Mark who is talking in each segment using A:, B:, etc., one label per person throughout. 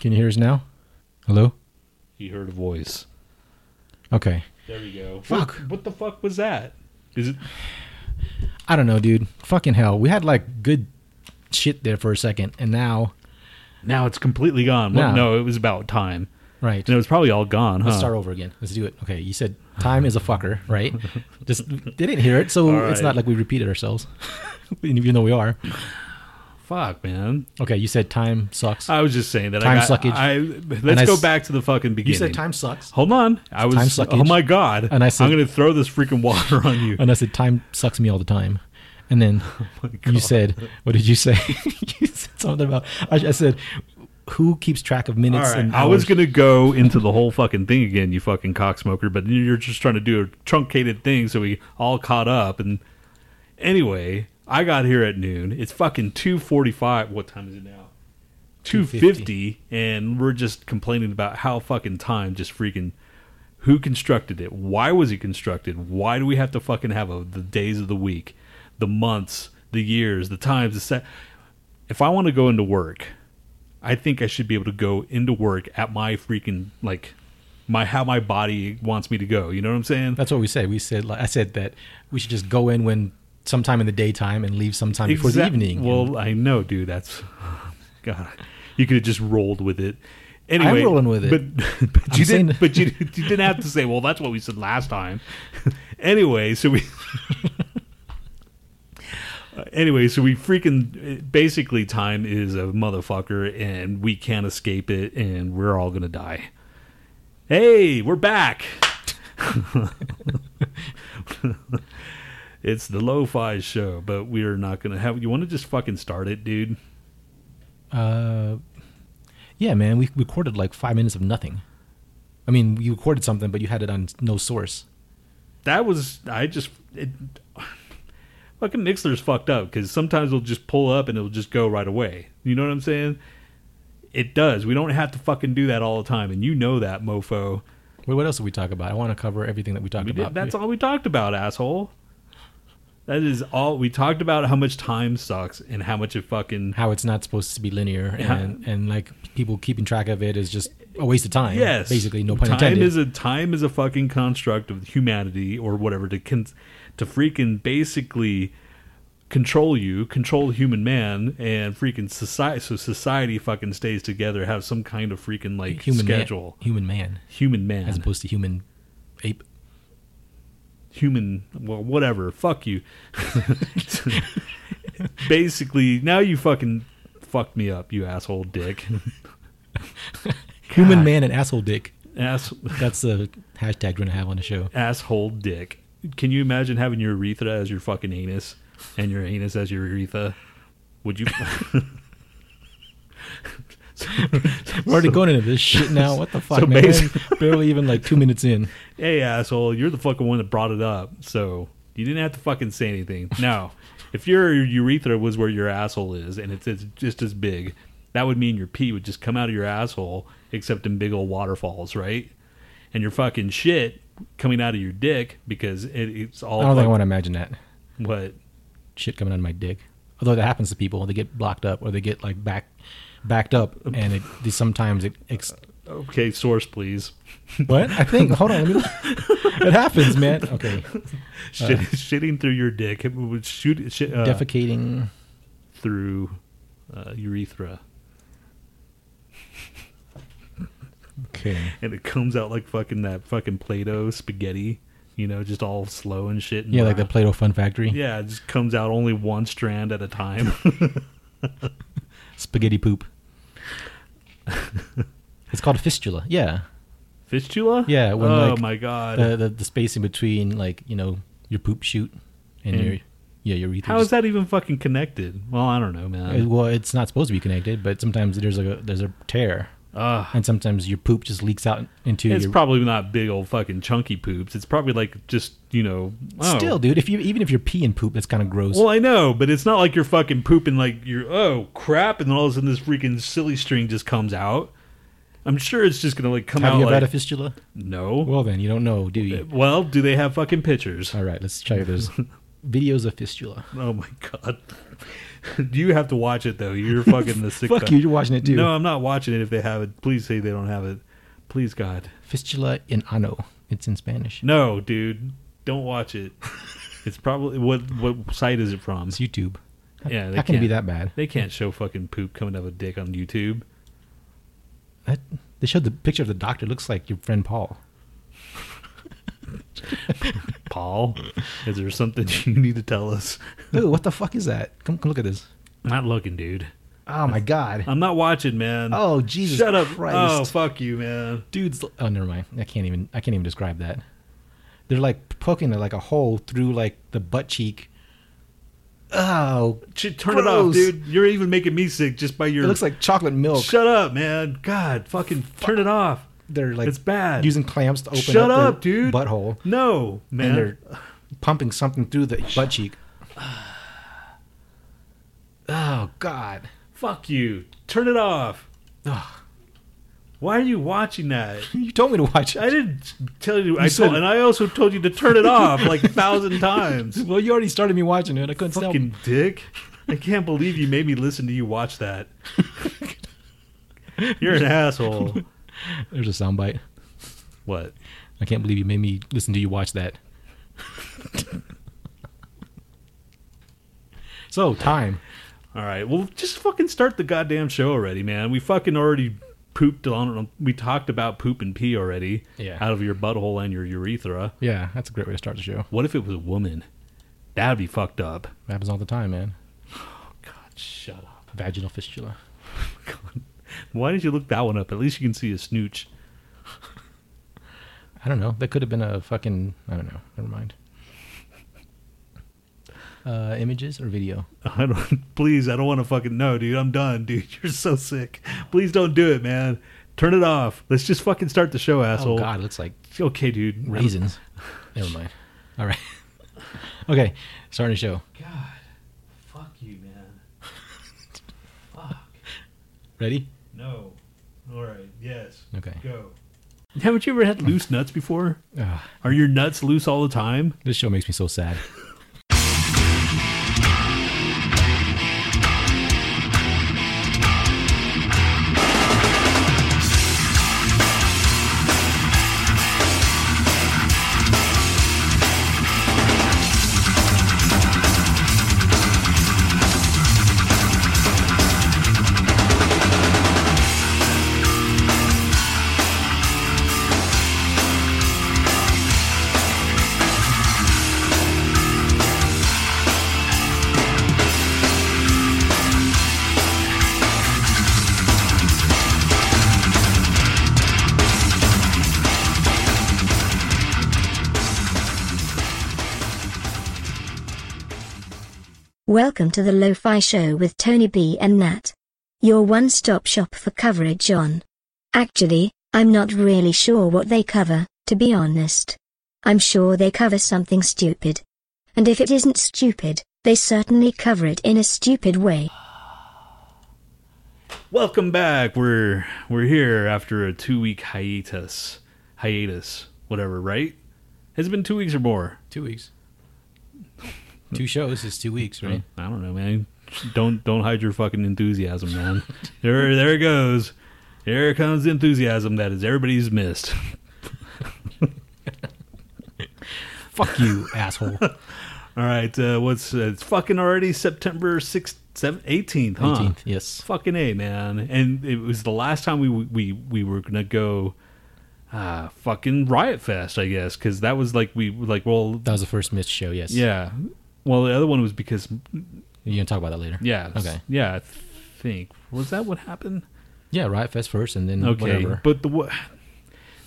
A: Can you hear us now? Hello?
B: He heard a voice.
A: Okay.
B: There we go.
A: Fuck.
B: What, what the fuck was that? Is it?
A: I don't know, dude. Fucking hell. We had like good shit there for a second, and now.
B: Now it's completely gone. Well,
A: No.
B: no, it was about time,
A: Right.
B: and it was probably all gone, huh?
A: Let's start over again. Let's do it. Okay, you said time is a fucker, right? Just they didn't hear it, so
B: All right.
A: it's not like we repeated ourselves, even though we are.
B: Fuck, man.
A: Okay, you said time sucks.
B: I was just saying that.
A: Time
B: I got,
A: suckage.
B: I,
A: And
B: let's
A: I
B: go
A: s-
B: back to the fucking beginning.
A: you said time sucks,
B: Hold on. I was.
A: Time suckage.
B: oh my god.
A: And I said-
B: I'm gonna throw this freaking water on you.
A: and I said time sucks me all the time. And then you
B: Oh God.
A: said, "What did you say?" you said something about. I, I said, "Who keeps track of
B: All
A: minutes?"
B: right.
A: And
B: I was
A: hours?"
B: gonna go into the whole fucking thing again, you fucking cocksmoker. But you're just trying to do a truncated thing, so we all caught up. And anyway, I got here at noon. It's fucking two forty-five. What time is it now? Two
A: 2:50.
B: fifty, and we're just complaining about how fucking time just freaking. Who constructed it? Why was it constructed? Why do we have to fucking have a, the days of the week, the months, the years, the times, the set? If I want to go into work, I think I should be able to go into work at my freaking like my how my body wants me to go. You know what I'm saying?
A: That's what we said. We said like, I said that we should just go in when sometime in the daytime and leave sometime before the
B: Exact-
A: evening.
B: Well, I know, dude. That's God. You could have just rolled with it. Anyway,
A: rolling with it.
B: But, but you
A: saying-
B: didn't. But you, you didn't have to say. Well, that's what we said last time. anyway, so we. Uh, Anyway, so we freaking uh, basically time is a motherfucker and we can't escape it and we're all gonna die. Hey, we're back. it's the lo-fi show, but we're not gonna have. You want to just fucking start it, dude?
A: Uh, yeah, man, we recorded like five minutes of nothing. I mean, you recorded something, but you had it on no source.
B: That was I just it, fucking Mixler's fucked up because sometimes it'll just pull up and it'll just go right away. You know what I'm saying? It does. We don't have to fucking do that all the time, and you know that, mofo.
A: Wait, what else did we talk about? I want to cover everything that we talked
B: We
A: about.
B: did, that's all we talked about, asshole. That is all we talked about. How much time sucks and how much it fucking
A: How it's not supposed to be linear, and and like people keeping track of it is just a waste of time.
B: Yes,
A: basically, no pun
B: time
A: intended.
B: Is a time is a fucking construct of humanity or whatever to con- to freaking basically control you, control human man, and freaking society. So society fucking stays together, have some kind of freaking like
A: human
B: schedule.
A: man, human man,
B: Human man,
A: as opposed to human ape.
B: human, well, whatever. Fuck you. Basically, now you fucking fucked me up, you asshole dick.
A: Human
B: God.
A: man and asshole dick.
B: Ass
A: That's the hashtag we're gonna have on the show.
B: asshole dick. Can you imagine having your urethra as your fucking anus and your anus as your urethra? Would you?
A: We're already going into this shit now. What the fuck,
B: so
A: man?
B: basi-
A: Barely even like two minutes in.
B: hey, asshole, you're the fucking one that brought it up, so you didn't have to fucking say anything. No, if your urethra was where your asshole is and it's, it's just as big, that would mean your pee would just come out of your asshole, except in big old waterfalls, right? And your fucking shit coming out of your dick because it, it's all
A: I don't think I
B: fuck-
A: want to imagine that.
B: what
A: shit coming out of my dick. Although that happens to people, they get blocked up or they get like back backed up, and it they, sometimes it. Ex-
B: Okay, source, please.
A: what I think? Hold on, let me. Look. It happens, man. Okay,
B: Shit, shitting through your dick. It would shoot shit, uh,
A: defecating.
B: through uh, urethra,
A: Okay,
B: and it comes out like fucking that fucking Play-Doh spaghetti. You know, just all slow and shit. And
A: yeah, like the
B: brown.
A: Play-Doh Fun Factory
B: yeah, it just comes out only one strand at a time.
A: spaghetti poop. it's called a fistula. Yeah,
B: Fistula.
A: Yeah, when,
B: oh
A: like,
B: my god.
A: the, the the space in between, like you know, your poop shoot and
B: And-
A: your yeah your urethra.
B: How is
A: just-
B: that even fucking connected? Well, I don't know,
A: Uh,
B: man.
A: Well, it's not supposed to be connected, but sometimes there's like a there's a tear,
B: Ugh.
A: and sometimes your poop just leaks out into
B: It's
A: your
B: probably not big old fucking chunky poops. It's probably like just you know. oh.
A: Still, dude, if you even if you're peeing poop, that's kind of gross.
B: Well, I know, but it's not like you're fucking pooping like you're oh crap, and all of a sudden this freaking silly string just comes out. I'm sure it's just gonna like come
A: Have
B: out
A: you ever
B: like
A: had a fistula?
B: no.
A: Well, then you don't know, do you?
B: Well, do they Uh, have fucking pictures?
A: All right, let's try this. Videos of fistula.
B: Oh my god. you have to watch it though. You're fucking the sick.
A: Fuck you, you're watching it too.
B: No, I'm not watching it. If they have it, please say they don't have it. Please, God,
A: Fistula in ano. It's in Spanish.
B: no, dude, don't watch it. It's probably what what site is it from?
A: It's YouTube. How,
B: Yeah, they
A: how can it be that
B: can't-
A: bad?
B: They can't show fucking poop coming out of a dick on YouTube.
A: That, they showed the picture of the doctor. It looks like your friend Paul.
B: Paul, is there something you need to tell us?
A: Ooh, what the fuck is that? Come, come look at this.
B: Not looking, dude.
A: Oh my god.
B: I'm not watching, man.
A: Oh Jesus.
B: shut up!
A: Christ.
B: Oh fuck you, man.
A: dudes oh never mind i can't even i can't even describe that they're like poking like a hole through like the butt cheek oh
B: Ch- turn it off,
A: Gross.
B: dude. You're even making me sick just by your.
A: it looks like chocolate milk
B: Shut up, man. God, fucking turn it off.
A: they're like
B: it's bad.
A: using clamps to open up,
B: Shut up,
A: their
B: dude.
A: butthole
B: No,
A: and
B: man.
A: they're pumping something through the butt cheek oh god
B: Fuck you. Turn it off.
A: Ugh.
B: Why are you watching that?
A: you told me to watch
B: I
A: it
B: didn't tell you. I
A: said-
B: told, and I also told you to turn it off like a thousand times.
A: well you already started me watching it i couldn't stop
B: Fucking dick. I can't believe you made me listen to you watch that. You're an asshole.
A: there's a soundbite
B: What?
A: i can't believe you made me listen to you watch that so time
B: All right. Well, just fucking start the goddamn show already, man. We fucking already pooped on. We talked about poop and pee already.
A: Yeah.
B: Out of your butthole and your urethra.
A: Yeah, that's a great way to start the show.
B: What if it was a woman? That'd be fucked up.
A: It happens all the time, man.
B: God, shut up.
A: Vaginal fistula.
B: God. Why did you look that one up? At least you can see a snooch.
A: I don't know. That could have been a fucking. I don't know. Never mind. Uh, images or video?
B: I don't. Please, I don't want to fucking know, dude. I'm done, dude. You're so sick. Please don't do it, man. Turn it off. Let's just fucking start the show,
A: Oh
B: asshole.
A: God, it looks like
B: Okay, dude.
A: raisins. Never mind. All right. okay, starting the show.
B: God, fuck you, man. fuck.
A: Ready?
B: No. All right. Yes.
A: Okay.
B: Go. Haven't you ever had loose nuts before?
A: Ugh,
B: Are your nuts loose all the time?
A: this show makes me so sad.
C: Welcome to the Lo-Fi Show with Tony B and Nat. Your one-stop shop for coverage on. Actually, I'm not really sure what they cover, to be honest. I'm sure they cover something stupid. And if it isn't stupid, they certainly cover it in a stupid way.
B: Welcome back. We're we're here after a two week hiatus. Hiatus, whatever. Right? Has it been two weeks or more?
A: Two weeks. Two shows is two weeks, right?
B: I don't know, man. Don't don't hide your fucking enthusiasm, man. there there it goes. Here comes the enthusiasm that is everybody's missed.
A: Fuck you, asshole.
B: All right, uh, what's uh, it's fucking already September 6th, 7th, 18th, huh?
A: 18th, yes.
B: Fucking A, man. And it was the last time we we we were going to go uh fucking Riot Fest, I guess, cuz that was like we like well
A: That was the first missed show. Yes.
B: yeah. Well, the other one was because
A: You're gonna talk about that later.
B: yeah.
A: Okay.
B: Yeah, I think was that what happened?
A: Yeah. Riot Fest first, and then
B: Okay,
A: whatever.
B: but the wha-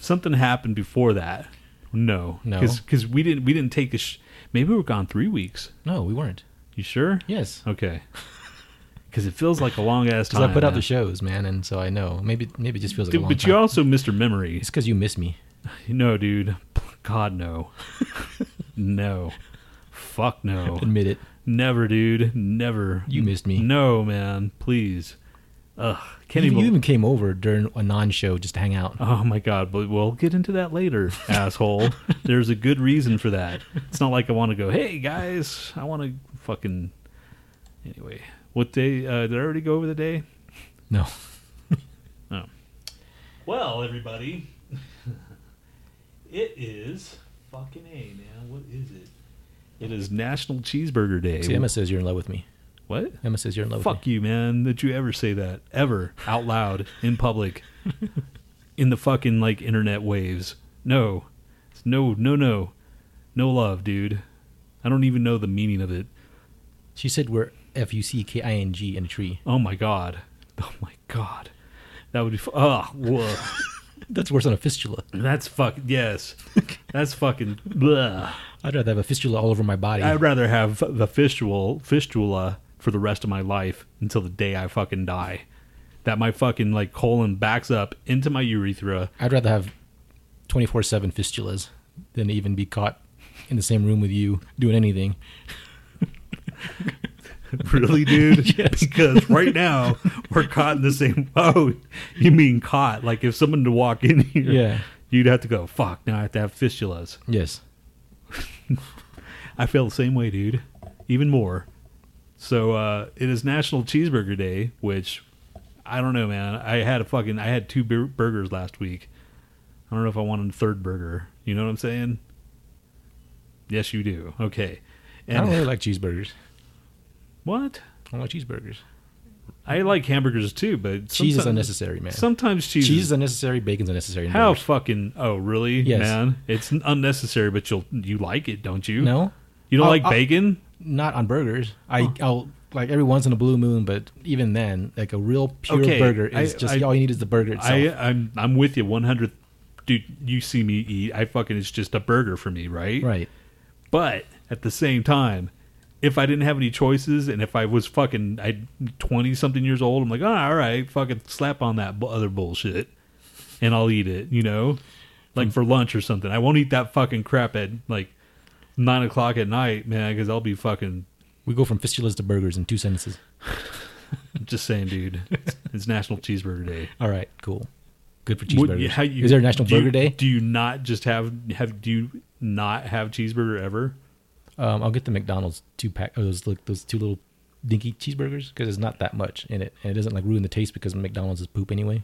B: something happened before that. No.
A: No.
B: Cuz we didn't we didn't take a sh- maybe we were gone 3 weeks.
A: No, we weren't.
B: You sure?
A: Yes.
B: Okay. Because it feels like a long ass time.
A: Because I put out
B: man.
A: the shows, man, and so I know. Maybe maybe it just feels like
B: Dude,
A: a long
B: but
A: time.
B: you also Mr. Memory.
A: it's because you miss me.
B: No, dude. God, no. no. Fuck no.
A: Admit it.
B: Never, dude. Never.
A: You missed me.
B: No, man. Please. Ugh. Can't
A: You,
B: even.
A: you even came over during a non-show just to hang out.
B: Oh my god, but we'll get into that later, asshole. There's a good reason for that. It's not like I want to go, hey guys, I want to fucking. Anyway, What day? Uh, did I already go over the day?
A: No.
B: Well, everybody, it is fucking a now. What is it? It is National Cheeseburger Day.
A: See, Emma says you're in love with me.
B: What?
A: Emma says you're in love with
B: Fuck you, man! That you ever say that ever out loud in public, in the fucking like internet waves. No, it's no, no, no, no love, dude. I don't even know the meaning of it.
A: me. She said we're F U C K I N G in a tree.
B: Oh my god. Oh my god. That would be. F- oh, whoa.
A: That's worse than a fistula.
B: That's fuck. Yes. That's fucking. Blah.
A: I'd rather have a fistula all over my body.
B: I'd rather have the fistula, fistula for the rest of my life until the day I fucking die. That my fucking like colon backs up into my urethra.
A: I'd rather have 24 7 fistulas than even be caught in the same room with you doing anything.
B: Really, dude? Because right now we're caught in the same. Oh, you mean caught? Like if someone to walk in here,
A: Yeah.
B: you'd have to go. Fuck. Now I have to have fistulas.
A: Yes.
B: I feel the same way, dude. Even more. So uh, it is National Cheeseburger Day, which I don't know, man. I had a fucking I had two bur- burgers last week. I don't know if I wanted a third burger. You know what I'm saying? Yes, you do. Okay.
A: I don't
B: And
A: really like cheeseburgers.
B: what?
A: I don't like cheeseburgers.
B: I like hamburgers too, but
A: Cheese is
B: sometime-
A: unnecessary, man.
B: Sometimes cheese.
A: Cheese
B: is-
A: is unnecessary, bacon's unnecessary. and
B: how
A: burgers.
B: fucking oh really
A: Yes.
B: man? It's unnecessary, but you'll you like it, don't you?
A: No,
B: you don't
A: I'll-
B: like
A: I'll-
B: bacon.
A: not on burgers. I, I'll like every once in a blue moon, but even then, like a real pure
B: Okay,
A: burger is
B: I-
A: just
B: I-
A: all you need is the burger itself.
B: I, I'm I'm with you 100. Dude, you see me eat. I fucking it's just a burger for me, right?
A: right.
B: But at the same time, if I didn't have any choices and if I was fucking I 20 something years old, I'm like, ah, all right, fucking slap on that bu- other bullshit, and I'll eat it. You know, like for lunch or something. I won't eat that fucking crap at like nine o'clock at night, man, because I'll be fucking
A: We go from fistulas to burgers in two sentences.
B: just saying, dude. it's, it's National Cheeseburger Day.
A: All right, cool. Good for
B: What-
A: cheeseburgers.
B: how you-
A: is there a National
B: do you-
A: Burger Day?
B: Do you not just have have do you not have cheeseburger ever?
A: Um, I'll get the McDonald's two pack. Oh, those like those two little dinky cheeseburgers because it's not that much in it, and it doesn't like ruin the taste because McDonald's is poop anyway.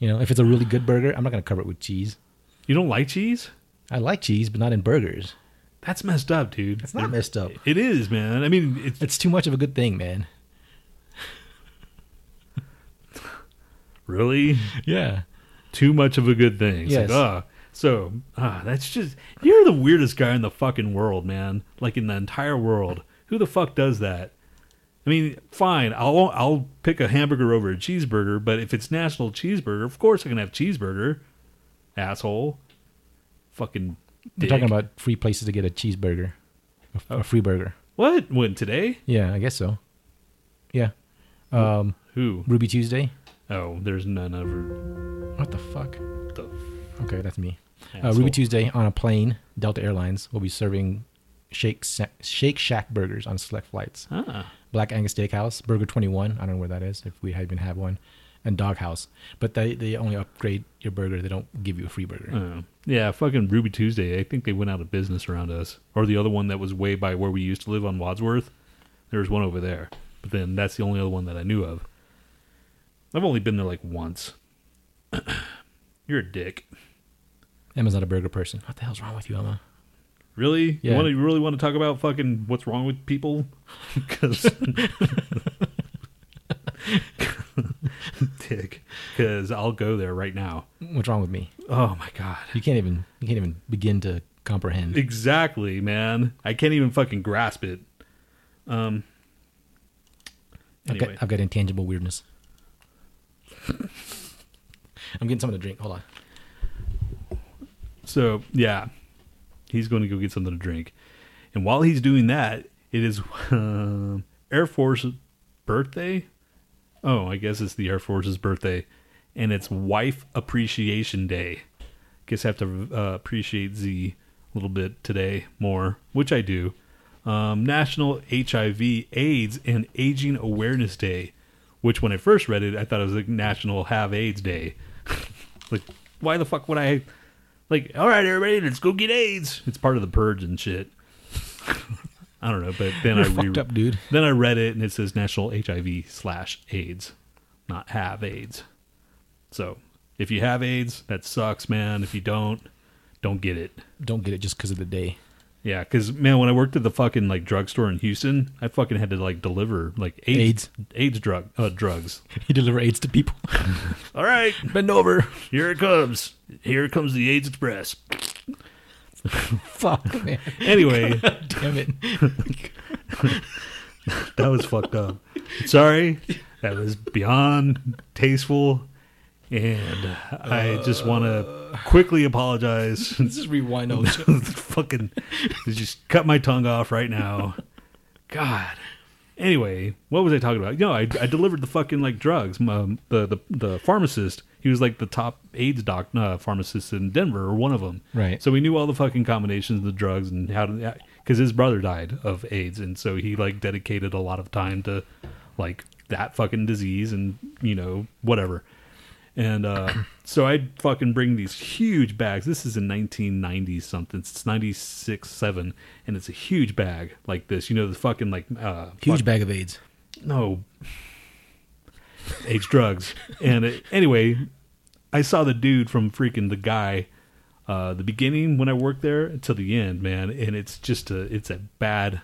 A: You know, if it's a really good burger, I'm not gonna cover it with cheese.
B: You don't like cheese?
A: I like cheese, but not in burgers.
B: That's messed up, dude.
A: It's not messed up.
B: It is, man. I mean, it's
A: It's too much of a good thing, man.
B: really
A: Yeah.
B: too much of a good thing. It's
A: Yes.
B: Like, ah. So, ah, that's just you're the weirdest guy in the fucking world, man. Like in the entire world. Who the fuck does that? I mean, fine. I'll I'll pick a hamburger over a cheeseburger, but if it's National Cheeseburger, of course I can have cheeseburger. Asshole. Fucking
A: We're
B: dick.
A: talking about free places to get a cheeseburger, a, f- a free burger.
B: What? When today?
A: Yeah, I guess so. Yeah. Um,
B: Who?
A: Ruby Tuesday.
B: Oh, there's none over
A: What the fuck?
B: the
A: Okay, that's me. Uh,
B: asshole.
A: Ruby Tuesday on a plane. Delta Airlines will be serving Shake Sa- Shake Shack burgers on select flights.
B: Ah,
A: Black Angus Steakhouse, Burger Twenty One. I don't know where that is if we even have one, and Doghouse. But they they only upgrade your burger. They don't give you a free burger.
B: oh. yeah, fucking Ruby Tuesday. I think they went out of business around us, or the other one that was way by where we used to live on Wadsworth. There was one over there, but then that's the only other one that I knew of. I've only been there like once. You're a dick.
A: Emma's not a burger person. What the hell's wrong with you, Emma?
B: Really? You,
A: Yeah.
B: wanna, you really want to talk about fucking what's wrong with people? Because. dick. Because I'll go there right now.
A: What's wrong with me?
B: Oh my god.
A: You can't even you can't even begin to comprehend.
B: Exactly, man. I can't even fucking grasp it. Um.
A: I've,
B: Anyway,
A: got, I've got intangible weirdness. I'm getting something to drink. Hold on.
B: so yeah, he's going to go get something to drink, and while he's doing that, it is um, Air Force's birthday. Oh, I guess it's the Air Force's birthday, and it's Wife Appreciation Day. Guess I have to uh, appreciate Z a little bit today more, which I do. Um, National HIV, AIDS, and Aging Awareness Day, which when I first read it, I thought it was like National Have AIDS Day. like, why the fuck would I? Like, all right, everybody, let's go get AIDS. It's part of the purge and shit. I don't know, but then I
A: You're
B: re-
A: fucked up, dude.
B: Then I read it and it says National HIV slash AIDS, not have AIDS. So if you have AIDS, that sucks, man. If you don't, don't get it.
A: Don't get it just because of the day.
B: Yeah, because man, when I worked at the fucking like drugstore in Houston, I fucking had to like deliver like AIDS AIDS, drug uh, drugs.
A: You deliver AIDS to people.
B: All right,
A: Bend over.
B: here it comes. Here comes the AIDS Express.
A: Fuck, man.
B: Anyway,
A: Damn it.
B: that was fucked up. Sorry, that was beyond tasteful, and I just want to quickly apologize.
A: Let's just rewind all this.
B: fucking just cut my tongue off right now. God. Anyway, what was I talking about? You know, I, I delivered the fucking like drugs. My, the, the the pharmacist, he was like the top AIDS doc uh, pharmacist in Denver, or one of them.
A: Right.
B: So we knew all the fucking combinations of the drugs and how to, because his brother died of AIDS, and so he like dedicated a lot of time to like that fucking disease and you know whatever. And uh, so I fucking bring these huge bags. This is in 1990 something. It's 96, 7. And it's a huge bag like this. You know, the fucking like. Uh,
A: Huge bag of AIDS.
B: no age drugs and it, anyway i saw the dude from freaking the guy uh the beginning when i worked there until the end man and it's just a it's a bad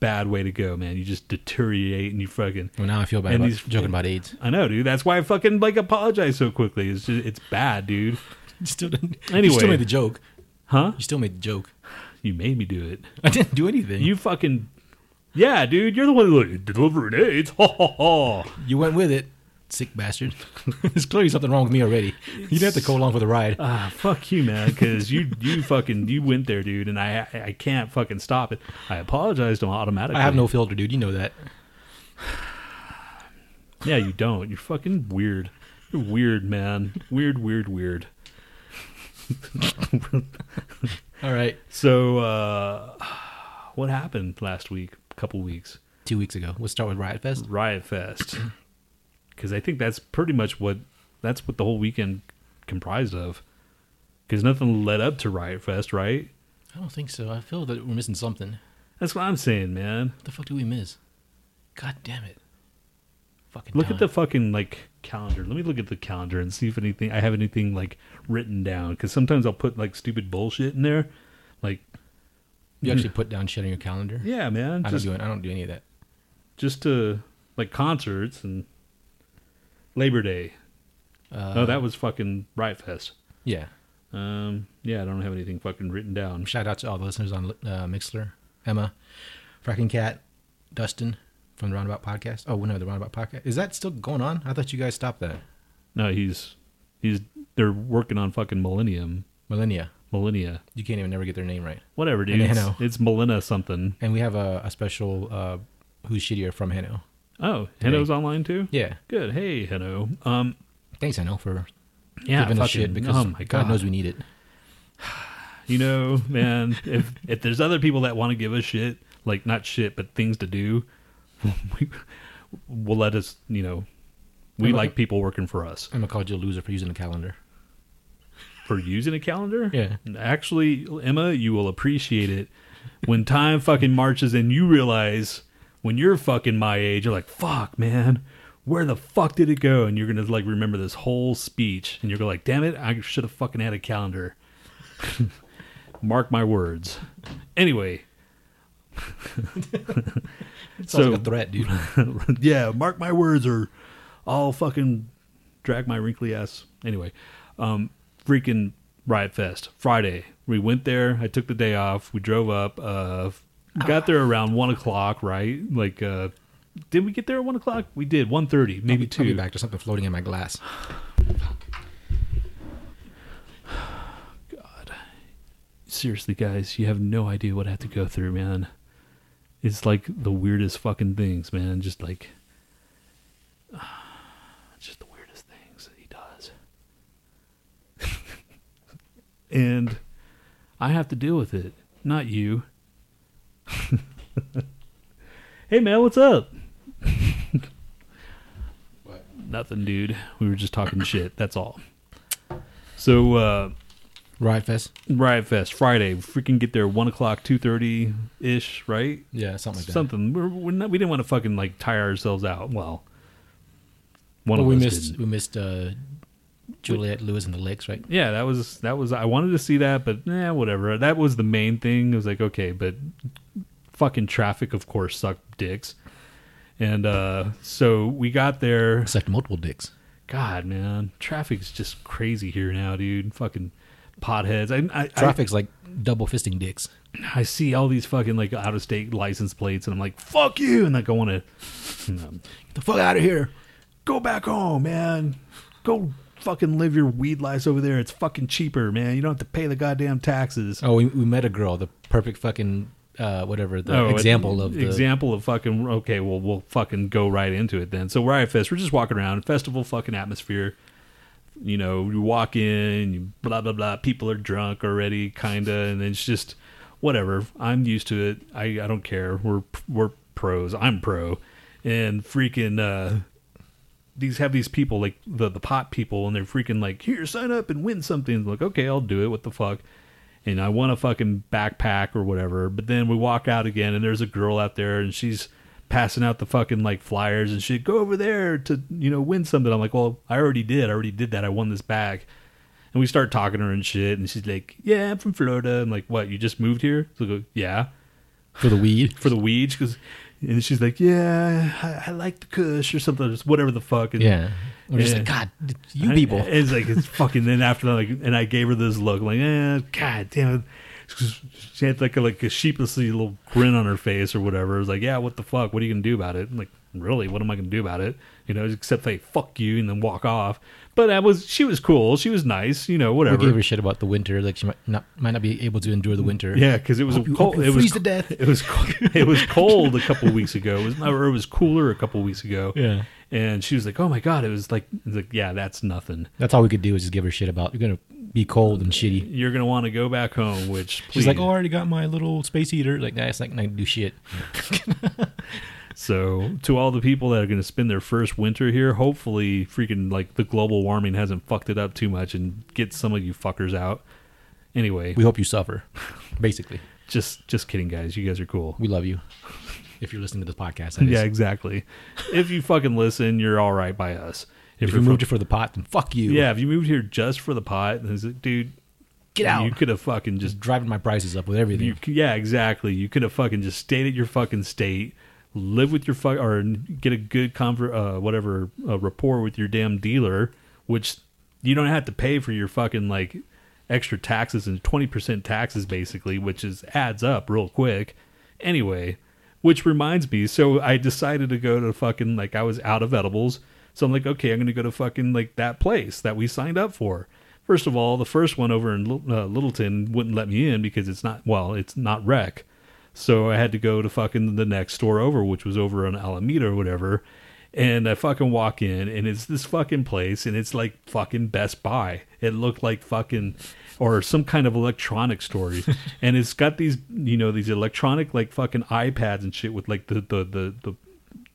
B: bad way to go man you just deteriorate and you fucking
A: Well, now I feel bad
B: And
A: about
B: these-
A: joking about AIDS.
B: i know dude that's why i fucking like apologize so quickly it's just it's bad dude
A: You still didn't. you
B: Anyway.
A: still made the joke.
B: huh
A: You still made the joke.
B: you made me do it
A: I didn't do anything.
B: you fucking yeah dude you're the one who like, delivering aids ha ha ha
A: You went with it, sick bastard. There's clearly something wrong with me already. You didn't have to go along for the ride.
B: Ah, fuck you, man. Because you you fucking you went there, dude, and I I can't fucking stop it. I apologize to him automatically.
A: I have no filter, dude. You know that.
B: Yeah, you don't. You're fucking weird. You're weird, man. Weird, weird, weird.
A: All right.
B: So, uh, what happened last week? couple weeks.
A: Two weeks ago. We'll start with Riot Fest.
B: Riot Fest. Because I think that's pretty much what that's what the whole weekend comprised of. Because nothing led up to Riot Fest, right?
A: I don't think so. I feel that we're missing something.
B: That's what I'm saying, man.
A: What the fuck do we miss? God damn it. Fucking
B: Look at the fucking like calendar. Let me look at the calendar and see if anything I have anything like written down because sometimes I'll put like stupid bullshit in there. Like,
A: You actually put down shit on your calendar.
B: yeah, man,
A: I don't
B: just
A: do it. I don't do any of that.
B: just to like concerts and Labor Day.
A: Uh,
B: oh, that was fucking Riot Fest.
A: Yeah.
B: Um, yeah, I don't have anything fucking written down.
A: Shout out to all the listeners on uh, Mixler, Emma, Fracking Cat, Dustin from the Roundabout Podcast. Oh, no, the Roundabout Podcast. Is that still going on? I thought you guys stopped that.
B: No, he's he's they're working on fucking Millennium
A: Millennia.
B: Millennia.
A: You can't even never get their name right.
B: Whatever, dude.
A: And
B: It's,
A: Hanno.
B: it's Millennia something.
A: And we have a, a special uh, Who's Shittier from Heno.
B: Oh, Heno's online too.
A: Yeah.
B: Good. Hey, Heno. Um,
A: Thanks, Heno, for
B: yeah,
A: giving us
B: fucking-
A: shit because
B: oh my
A: God.
B: God.
A: knows we need it.
B: You know, man, if if there's other people that want to give us shit, like not shit, but things to do, we, we'll let us. You know, we like people working for us
A: I'm going to call you a loser for using the calendar.
B: for using a calendar.
A: Yeah.
B: actually, Emma, you will appreciate it when time fucking marches and you realize when you're fucking my age, you're like, fuck, man. Where the fuck did it go? And you're gonna like remember this whole speech, and you're gonna like, damn it, I should have fucking had a calendar. Mark my words. Anyway,
A: It's
B: So-
A: so, like a threat, dude.
B: yeah, mark my words, or I'll fucking drag my wrinkly ass. Anyway, um, freaking Riot Fest Friday. We went there. I took the day off. We drove up. Uh, got there around one o'clock. Right? Like, uh, did we get there at one o'clock? We did. One thirty, maybe
A: I'll be
B: two.
A: back. There's something floating in my glass.
B: Seriously, guys, you have no idea what I have to go through, man. It's like the weirdest fucking things, man. Just like, just the weirdest things that he does. and I have to deal with it, not you. hey, man, what's up?
A: What?
B: Nothing, dude. We were just talking shit. That's all. So, uh,
A: Riot Fest.
B: Riot Fest Friday. Freaking get there one o'clock, two thirty ish, right?
A: Yeah, something like that.
B: Something. We're, we're not, we didn't want to fucking like tire ourselves out. Well, one
A: Well,
B: of
A: we
B: us
A: missed
B: didn't.
A: we missed uh, Juliet Lewis and the Lakes, right?
B: Yeah, that was that was. I wanted to see that, but nah, whatever. That was the main thing. It was like okay, but fucking traffic, of course, sucked dicks. And uh, so we got there.
A: Except multiple dicks.
B: God, man, traffic's just crazy here now, dude. Fucking potheads. I, I, I
A: Traffic's like double fisting dicks.
B: I see all these fucking like out of state license plates, and I'm like, fuck you, and like I want to
A: Get the fuck out of here.
B: go back home, man. Go fucking live your weed life over there. It's fucking cheaper, man. You don't have to pay the goddamn taxes.
A: Oh, we, we met a girl, the perfect fucking uh, whatever the
B: Oh,
A: example
B: it-
A: of the
B: example of fucking okay. Well, we'll fucking go right into it then. So Riot Fest, we're just walking around, festival fucking atmosphere. You know, you walk in, you blah blah blah. People are drunk already, kinda, and it's just whatever. I'm used to it. I, I don't care. We're we're pros. I'm pro, and freaking. uh these have these people like the the pot people and they're freaking like here sign up and win something I'm like okay I'll do it what the fuck and I want a fucking backpack or whatever but then we walk out again and there's a girl out there and she's passing out the fucking like flyers and she'd go over there to you know win something I'm like well I already did I already did that I won this bag and we start talking to her and shit and she's like yeah I'm from Florida I'm like what you just moved here so I go yeah
A: for the weed.
B: for the weed because and she's like yeah I, I like the kush or something just whatever the fuck and
A: Yeah. We're just
B: Yeah.
A: like, God, you
B: I-
A: people.
B: It's like it's fucking. Then after that, like, and I gave her this look, like, eh, god damn. it. She had like a, like a sheepishly little grin on her face or whatever. It was like, yeah, what the fuck? What are you gonna do about it? I'm like, really? What am I gonna do about it? You know, except like fuck you and then walk off. But I was, she was cool. She was nice. You know, whatever.
A: we gave her shit about the winter. Like she might not might not be able to endure the winter.
B: Yeah, because it was
A: Hope you-
B: cold.
A: hope you
B: it was
A: freeze to death.
B: It was co- it was cold a couple weeks ago. It was or it was cooler a couple weeks ago.
A: Yeah.
B: and she was like, "Oh my god!" It was like, it was like yeah, that's nothing.
A: That's all we could do is just give her shit about. You're gonna be cold and shitty.
B: You're gonna want to go back home. Which please.
A: She's like, oh, I already got my little space heater. Like, nah, it's like, not gonna do shit.
B: So to all the people that are gonna spend their first winter here, hopefully, freaking like the global warming hasn't fucked it up too much and get some of you fuckers out. Anyway,
A: We hope you suffer. Basically,
B: just just kidding, guys. You guys are cool.
A: we love you. If you're listening to this podcast, that is.
B: Yeah, exactly. if you fucking listen, you're all right by us.
A: If
B: we're
A: you moved
B: fuck-
A: it for the pot, then fuck you.
B: Yeah, if you moved here just for the pot, then it's like, dude,
A: Get out.
B: You could have fucking just.
A: driving my prices up with everything.
B: You, c- yeah, exactly. You could have fucking just stayed at your fucking state, live with your fuck, or get a good conver- uh, whatever uh, rapport with your damn dealer, which you don't have to pay for your fucking like extra taxes and twenty percent taxes basically, which is adds up real quick. Anyway, which reminds me, so I decided to go to fucking like I was out of edibles, so I'm like, okay, I'm gonna go to fucking like that place that we signed up for. First of all, the first one over in Lit- uh, Littleton wouldn't let me in because it's not well, it's not rec. So I had to go to fucking the next store over, which was over on Alameda or whatever. And I fucking walk in, and it's this fucking place, and it's like fucking Best Buy. It looked like fucking, or some kind of electronic store, and it's got these, you know, these electronic like fucking iPads and shit with like the the the the,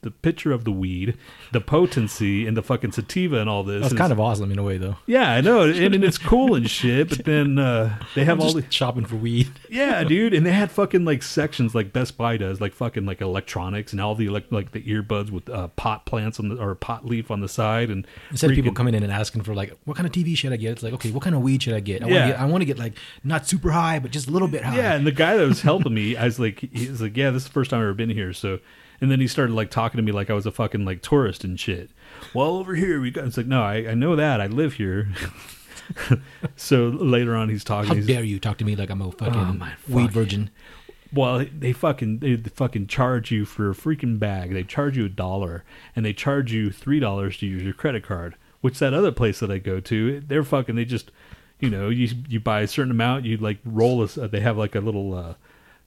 B: the picture of the weed, the potency, and the fucking sativa and all this.
A: That's
B: And
A: kind of
B: it's-
A: awesome in a way, though.
B: yeah, I know, and, and it's cool and shit. But then uh, they have all
A: Just
B: the
A: shopping for weed.
B: yeah, dude, and they had fucking like sections like Best Buy does, like fucking like electronics and all the elec- like the earbuds with uh, pot plants on the or pot leaf on the side and
A: Instead of people
B: freaking-
A: coming in and asking for like, what kind of TV should I get? It's like, okay, what kind of weed should I get? I
B: Yeah.
A: want to get, I want to get like not super high, but just a little bit high.
B: Yeah, and the guy that was helping me, I was like, he was like, yeah, this is the first time I've ever been here. So, and then he started like talking to me like I was a fucking like tourist and shit. Well, over here we got. It's like, no, I, I know that. I live here. so later on, he's talking.
A: How
B: he's-
A: dare you talk to me like I'm a fucking
B: Oh, my
A: weed
B: fuck.
A: virgin?
B: Well, they fucking they fucking charge you for a freaking bag. They charge you a dollar, and they charge you three dollars to use your credit card. Which that other place that I go to, they're fucking. They just, you know, you you buy a certain amount, you like roll a. They have like a little uh,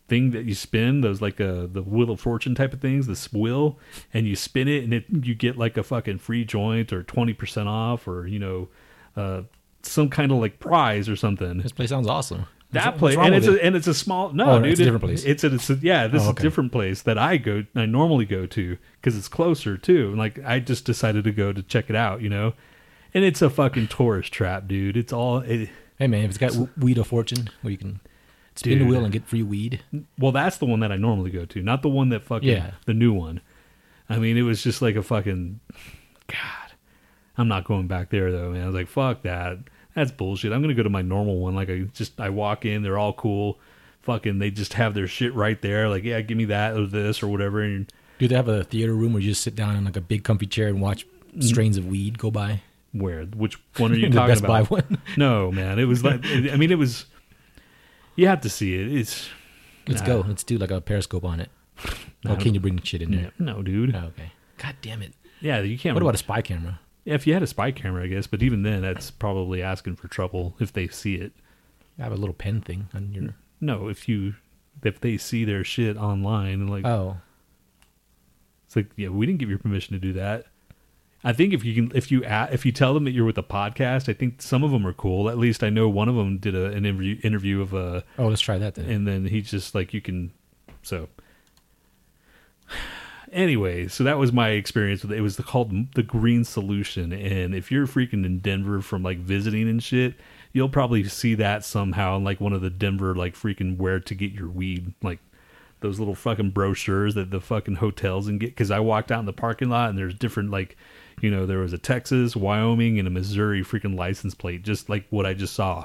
B: thing that you spin. Those like uh, the Wheel of Fortune type of things, the swill, and you spin it, and it you get like a fucking free joint or twenty percent off, or you know, uh, some kind of like prize or something.
A: This place sounds awesome.
B: That
A: What's-
B: place,
A: what's wrong
B: and
A: with
B: it's
A: it?
B: a, and it's a small no,
A: Oh, no,
B: dude.
A: it's a
B: it-
A: different place.
B: It's a, it's a yeah. This
A: Oh,
B: is
A: okay.
B: a different place that I go. I normally go to because it's closer too. And like I just decided to go to check it out, you know. And it's a fucking tourist trap, dude. It's all it,
A: Hey man, if it's got w- weed of fortune, where you can spin the
B: Dude.
A: wheel and get free weed.
B: Well, that's the one that I normally go to, not the one that fucking
A: Yeah.
B: the new one. I mean, it was just like a fucking God. I'm not going back there though, man. I was like, fuck that. That's bullshit. I'm gonna go to my normal one. Like I just I walk in, they're all cool. Fucking they just have their shit right there. Like, yeah, give me that or this or whatever. And
A: Do they have a theater room where you just sit down in like a big comfy chair and watch strains of weed go by?
B: where? Which one are you
A: the
B: talking
A: Best
B: about?
A: Buy one.
B: No, man. It was like I mean, it was you have to see it. It's
A: Let's
B: Nah.
A: go. Let's do like a periscope on it. oh, can you bring shit in there?
B: no, dude.
A: Oh, okay. God damn it.
B: Yeah, you can't
A: What about a spy camera?
B: Yeah, if you had a spy camera, I guess, but even then, that's probably asking for trouble if they see it.
A: I have a little pen thing on your.
B: No, if you if they see their shit online and like
A: Oh,
B: it's like yeah, we didn't give you permission to do that. I think if you can if you a- if you tell them that you're with a podcast, I think some of them are cool. At least I know one of them did a, an interview interview of a
A: oh, let's try that then.
B: and then he just like you can so anyway so that was my experience with it. it was the, called the green solution and if you're freaking in denver from like visiting and shit you'll probably see that somehow in like one of the denver like freaking where to get your weed like those little fucking brochures that the fucking hotels and get because i walked out in the parking lot and there's different like you know there was a texas wyoming and a missouri freaking license plate just like what i just saw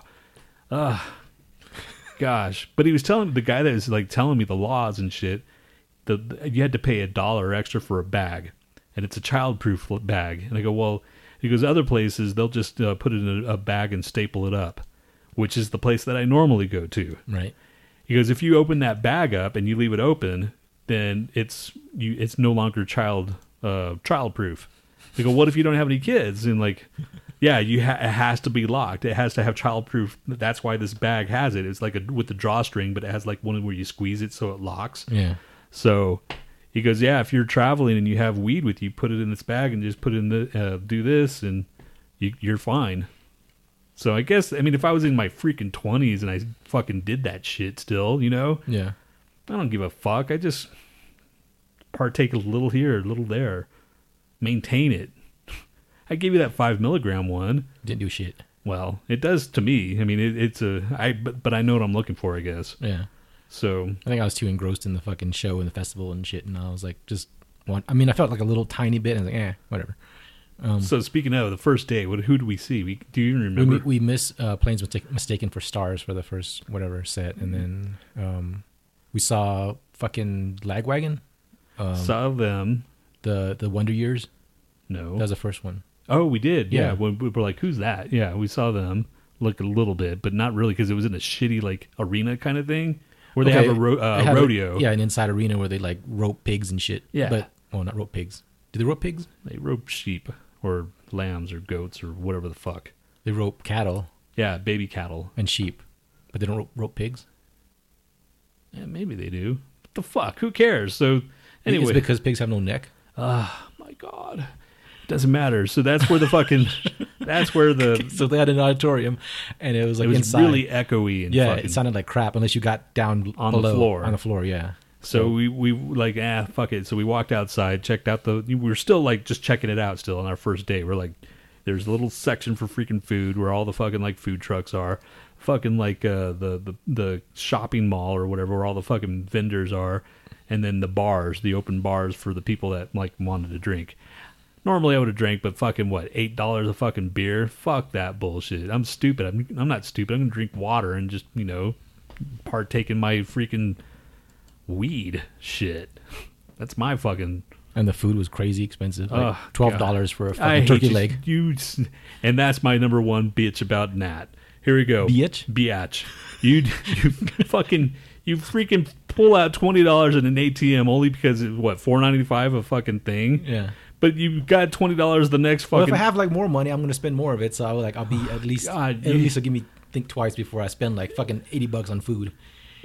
B: gosh but he was telling the guy that was like telling me the laws and shit the, the- you had to pay a dollar extra for a bag and it's a childproof l- bag and i go well he goes other places they'll just uh, put it in a, a bag and staple it up which is the place that i normally go to
A: right.
B: he goes if you open that bag up and you leave it open then it's you it's no longer child uh childproof they go what if you don't have any kids and like yeah you ha- it has to be locked it has to have childproof that's why this bag has it it's like a with the drawstring but it has like one where you squeeze it so it locks
A: Yeah.
B: so he goes, yeah, if you're traveling and you have weed with you, put it in this bag and just put it in the uh, do this and you, you're fine. So I guess I mean if I was in my freaking twenties and I fucking did that shit still, you know,
A: Yeah.
B: I don't give a fuck. I just partake a little here, a little there, maintain it. I gave you that five milligram one.
A: Didn't do shit.
B: Well, it does to me. I mean, it, it's a I but, but I know what I'm looking for. I guess
A: Yeah.
B: so.
A: I think I was too engrossed in the fucking show and the festival and shit, and I was like, just want. I mean, I felt like a little tiny bit, and I was like, eh, whatever.
B: So speaking of the first day, what who do we see? We do you even
A: We,
B: remember?
A: mi- we miss uh, planes Mistake- mistaken for stars for the first whatever set, and then um, we saw fucking Lagwagon, Um,
B: saw them.
A: the the Wonder Years.
B: No.
A: That was the first one.
B: oh, we did. Yeah.
A: Yeah.
B: When we were like, "Who's that?" Yeah, we saw them. Look a little bit, but not really because it was in a shitty like arena kind of thing where they
A: Okay,
B: have a ro- uh,
A: they have a-
B: rodeo.
A: yeah, an inside arena where they like rope pigs and shit.
B: Yeah.
A: but well, not rope pigs. Do they rope pigs?
B: They rope sheep or lambs or goats or whatever the fuck.
A: They rope cattle
B: Yeah, baby cattle.
A: and sheep, but they don't rope, rope pigs.
B: Yeah, maybe they do. What the fuck? Who cares? So anyway, Ah,
A: it's because pigs have no neck.
B: my god, doesn't matter. So that's where the fucking that's where the
A: So they had an auditorium, and it was like
B: it was
A: inside.
B: really echoey and
A: yeah,
B: fucking
A: it sounded like crap unless you got down
B: On the
A: below-
B: floor.
A: On the floor, yeah.
B: So we we like ah fuck it. So we walked outside, checked out the. We were still like just checking it out still on our first day. We're like, there's a little section for freaking food where all the fucking like food trucks are, fucking like uh, the the the shopping mall or whatever where all the fucking vendors are, and then the bars, the open bars for the people that like wanted to drink. Normally I would have drank, but fucking what eight dollars a fucking beer? Fuck that bullshit. I'm stupid. I'm I'm not stupid. I'm gonna drink water and just you know partake in my freaking weed shit. That's my fucking.
A: And the food was crazy expensive, like
B: Ugh,
A: twelve dollars for a
B: I
A: fucking
B: hate
A: turkey
B: you-
A: leg.
B: You, s- and that's my number one bitch about Nat. Here we go.
A: Bitch?
B: Biatch. You, you fucking, you freaking pull out twenty dollars in an ATM only because it, what four ninety five a fucking thing.
A: Yeah.
B: But you got twenty dollars the next
A: Well, if
B: fucking.
A: I have like more money, I'm gonna spend more of it. So I will like I'll be at least at
B: God, you-
A: least it'll give me think twice before I spend like fucking eighty bucks on food.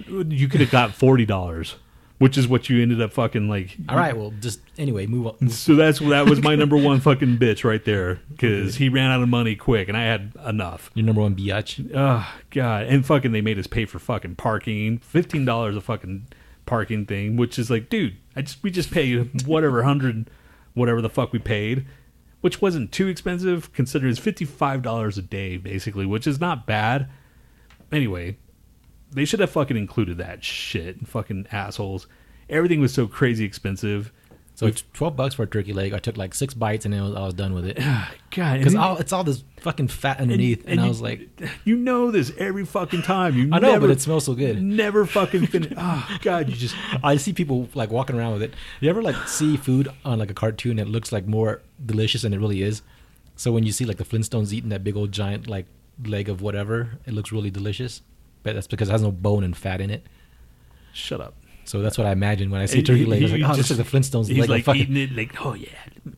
B: you could have got forty dollars, which is what you ended up fucking like.
A: All right, well, just anyway, move on.
B: So that's that was my number one fucking bitch right there because he ran out of money quick and I had enough.
A: Your number one biatch.
B: Oh god! And fucking, they made us pay for fucking parking, fifteen dollars a fucking parking thing, which is like, dude, I just we just paid whatever hundred, whatever the fuck we paid. which wasn't too expensive considering it's $55 a day, basically, which is not bad. Anyway, they should have fucking included that shit. Fucking assholes. Everything was so crazy expensive.
A: So it's twelve bucks for a turkey leg. I took like six bites and then I was, I was done with it
B: God,
A: because
B: and-
A: all it's all this fucking fat underneath, and, I
B: you-
A: was like,
B: you know this every fucking time. You
A: I know,
B: never,
A: but it smells so good.
B: Never fucking finish. oh God, you just
A: I see people like walking around with it. You ever like see food on like a cartoon that looks like more delicious than it really is? So when you see like the Flintstones eating that big old giant like leg of whatever, it looks really delicious. But that's because it has no bone and fat in it.
B: shut up.
A: So that's what I imagine when I see
B: And
A: turkey
B: he-
A: leg. I was
B: he
A: like, oh,
B: just-
A: this is the Flintstones
B: He's
A: leg. of
B: like
A: fucking,
B: eating it, like oh yeah,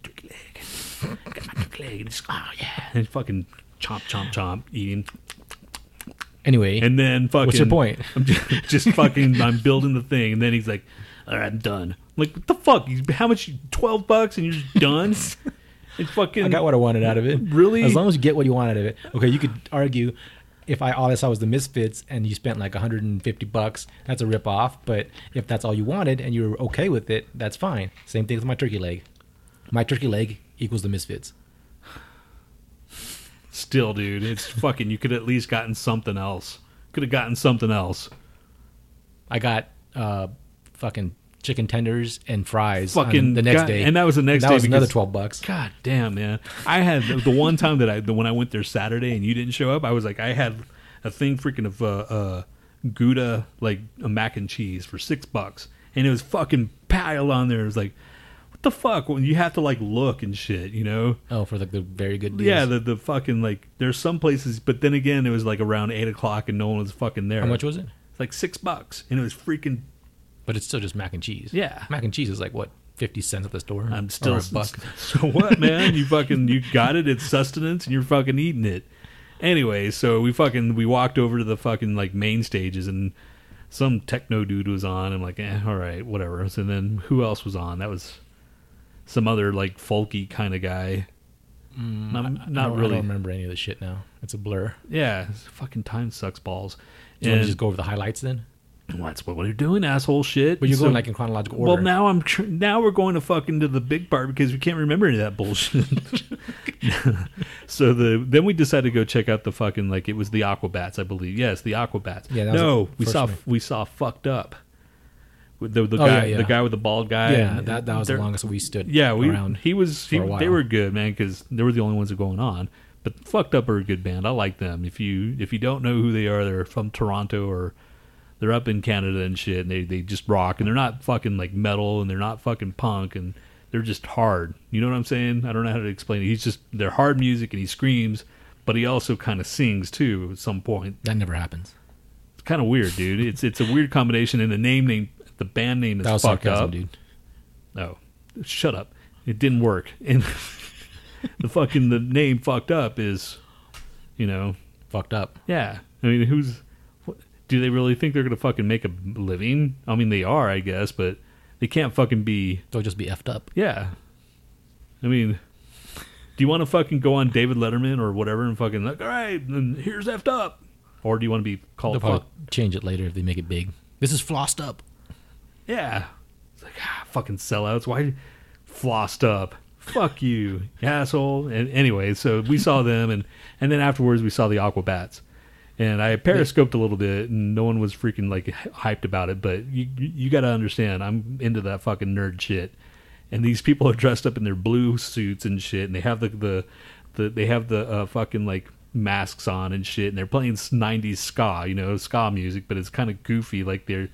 B: turkey leg. Got my turkey leg. And just, oh yeah, and fucking chomp chomp chomp eating,
A: anyway,
B: and then fucking.
A: your point?
B: I'm just, just fucking. I'm building the thing, and then he's like, all right, I'm done. I'm like what the fuck? You- How much? Twelve bucks, and you're just done. It's fucking.
A: I got what I wanted out of it.
B: Really?
A: As long as you get what you want out of it. Okay, you could argue if I all I saw was the Misfits and you spent like 150 bucks, that's a rip off. But if that's all you wanted and you were okay with it, that's fine. Same thing with my turkey leg. My turkey leg equals the Misfits.
B: Still, dude, it's fucking. You could at least gotten something else. Could have gotten something else.
A: I got uh, fucking chicken tenders and fries on
B: Fucking
A: the next
B: God-
A: day,
B: and that was the next
A: that
B: day
A: was another
B: because-
A: 12 bucks.
B: God damn, man! I had the, the one time that I the, when I went there Saturday and you didn't show up. I was like, I had a thing freaking of uh, uh, Gouda like a mac and cheese for six bucks, and it was fucking piled on there. It was like, what the fuck? When you have to like look and shit, you know?
A: Oh, for like the very good deals.
B: Yeah, the the fucking like there's some places, but then again, it was like around eight o'clock and no one was fucking there.
A: How much was it?
B: It's like six bucks, and it was freaking
A: But it's still just mac and cheese.
B: Yeah.
A: mac and cheese is like what 50 cents at the store.
B: I'm still
A: or a buck.
B: So what, man? You fucking you got it. It's sustenance, and you're fucking eating it. Anyway, so we fucking we walked over to the fucking like main stages, and some techno dude was on. I'm like, eh, all right, whatever. So then who else was on? That was some other like folky kind of guy. not
A: Mm, I
B: not
A: don't- I
B: really.
A: don't remember any of this shit now. It's a blur.
B: Yeah, fucking time sucks balls.
A: Do you want
B: And
A: to just go over the highlights then?
B: well, that's what we're doing, asshole shit.
A: But you're
B: So-
A: going like in chronological order.
B: Well, now I'm tr- now we're going to fucking to the big part because we can't remember any of that bullshit. so the then we decided to go check out the fucking like it was the Aquabats, I believe. Yes, the Aquabats.
A: Yeah, that was
B: no,
A: the
B: we
A: first
B: saw
A: one.
B: we saw fucked up. With The, the
A: Oh,
B: guy,
A: yeah, yeah.
B: the guy with the bald guy.
A: yeah,
B: and-
A: that, that was
B: they're-
A: the longest we stood.
B: Yeah, we
A: around.
B: he was he,
A: for a
B: they
A: while.
B: were good man because they were the only ones that were going on. But fucked up are a good band. I like them. If you if you don't know who they are, they're from Toronto or they're up in Canada and shit. And they they just rock and they're not fucking like metal and they're not fucking punk and they're just hard. You know what I'm saying? I don't know how to explain it. He's just they're hard music and he screams, but he also kind of sings too at some point.
A: that never happens.
B: It's kind of weird, dude. It's it's a weird combination and the name name the band name is
A: That was
B: fucked
A: sarcasm,
B: up.
A: dude.
B: Oh, shut up! It didn't work, and the fucking the name fucked up is, you know,
A: Fucked up.
B: yeah. I mean, who's? What, do they really think they're gonna fucking make a living? I mean, they are, I guess, but they can't fucking be.
A: They'll just be effed up.
B: Yeah, I mean, do you want to fucking go on David Letterman or whatever and fucking like, all right, then here's effed up, or do you want to be
A: They'll
B: called
A: probably
B: Oh, fuck?
A: change it later if they make it big. This is flossed up.
B: Yeah. It's like, ah, fucking sellouts. Why flossed up? Fuck you, asshole. And anyway, so we saw them, and, and then afterwards we saw the Aquabats. And I periscoped a little bit, and no one was freaking like hyped about it. But you you, you got to understand, I'm into that fucking nerd shit. And these people are dressed up in their blue suits and shit, and they have the the, the they have the uh, fucking like masks on and shit, and they're playing '90s ska, you know, ska music, but it's kind of goofy, like they're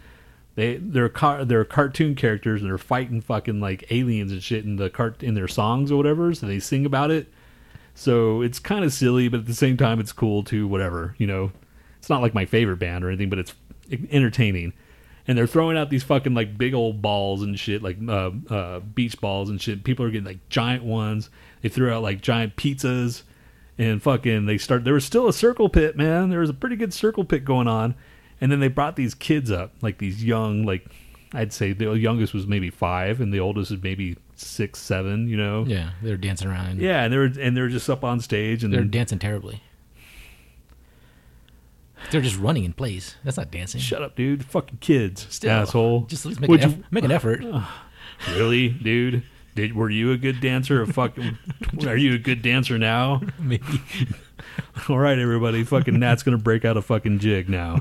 B: they they're car- they're cartoon characters and they're fighting fucking like aliens and shit in the cart in their songs or whatever. So they sing about it. So it's kind of silly, but at the same time, it's cool too. Whatever you know, it's not like my favorite band or anything, but it's entertaining. And they're throwing out these fucking like big old balls and shit, like uh, uh, beach balls and shit. People are getting like giant ones. They threw out like giant pizzas and fucking they start there was still a circle pit man there was a pretty good circle pit going on and then they brought these kids up like these young like i'd say the youngest was maybe five and the oldest is maybe six seven you know
A: Yeah, they're dancing around.
B: yeah and they were and they were just up on stage and
A: They're dancing terribly. They're just running in place. That's not dancing.
B: shut up dude fucking kids
A: Still,
B: asshole
A: Just at least make
B: Would Oh,
A: an,
B: you-
A: eff- make an effort.
B: really dude Did were you a good dancer? Or fuck, are you a good dancer now?
A: Maybe.
B: All right, everybody, fucking Nat's gonna break out a fucking jig now.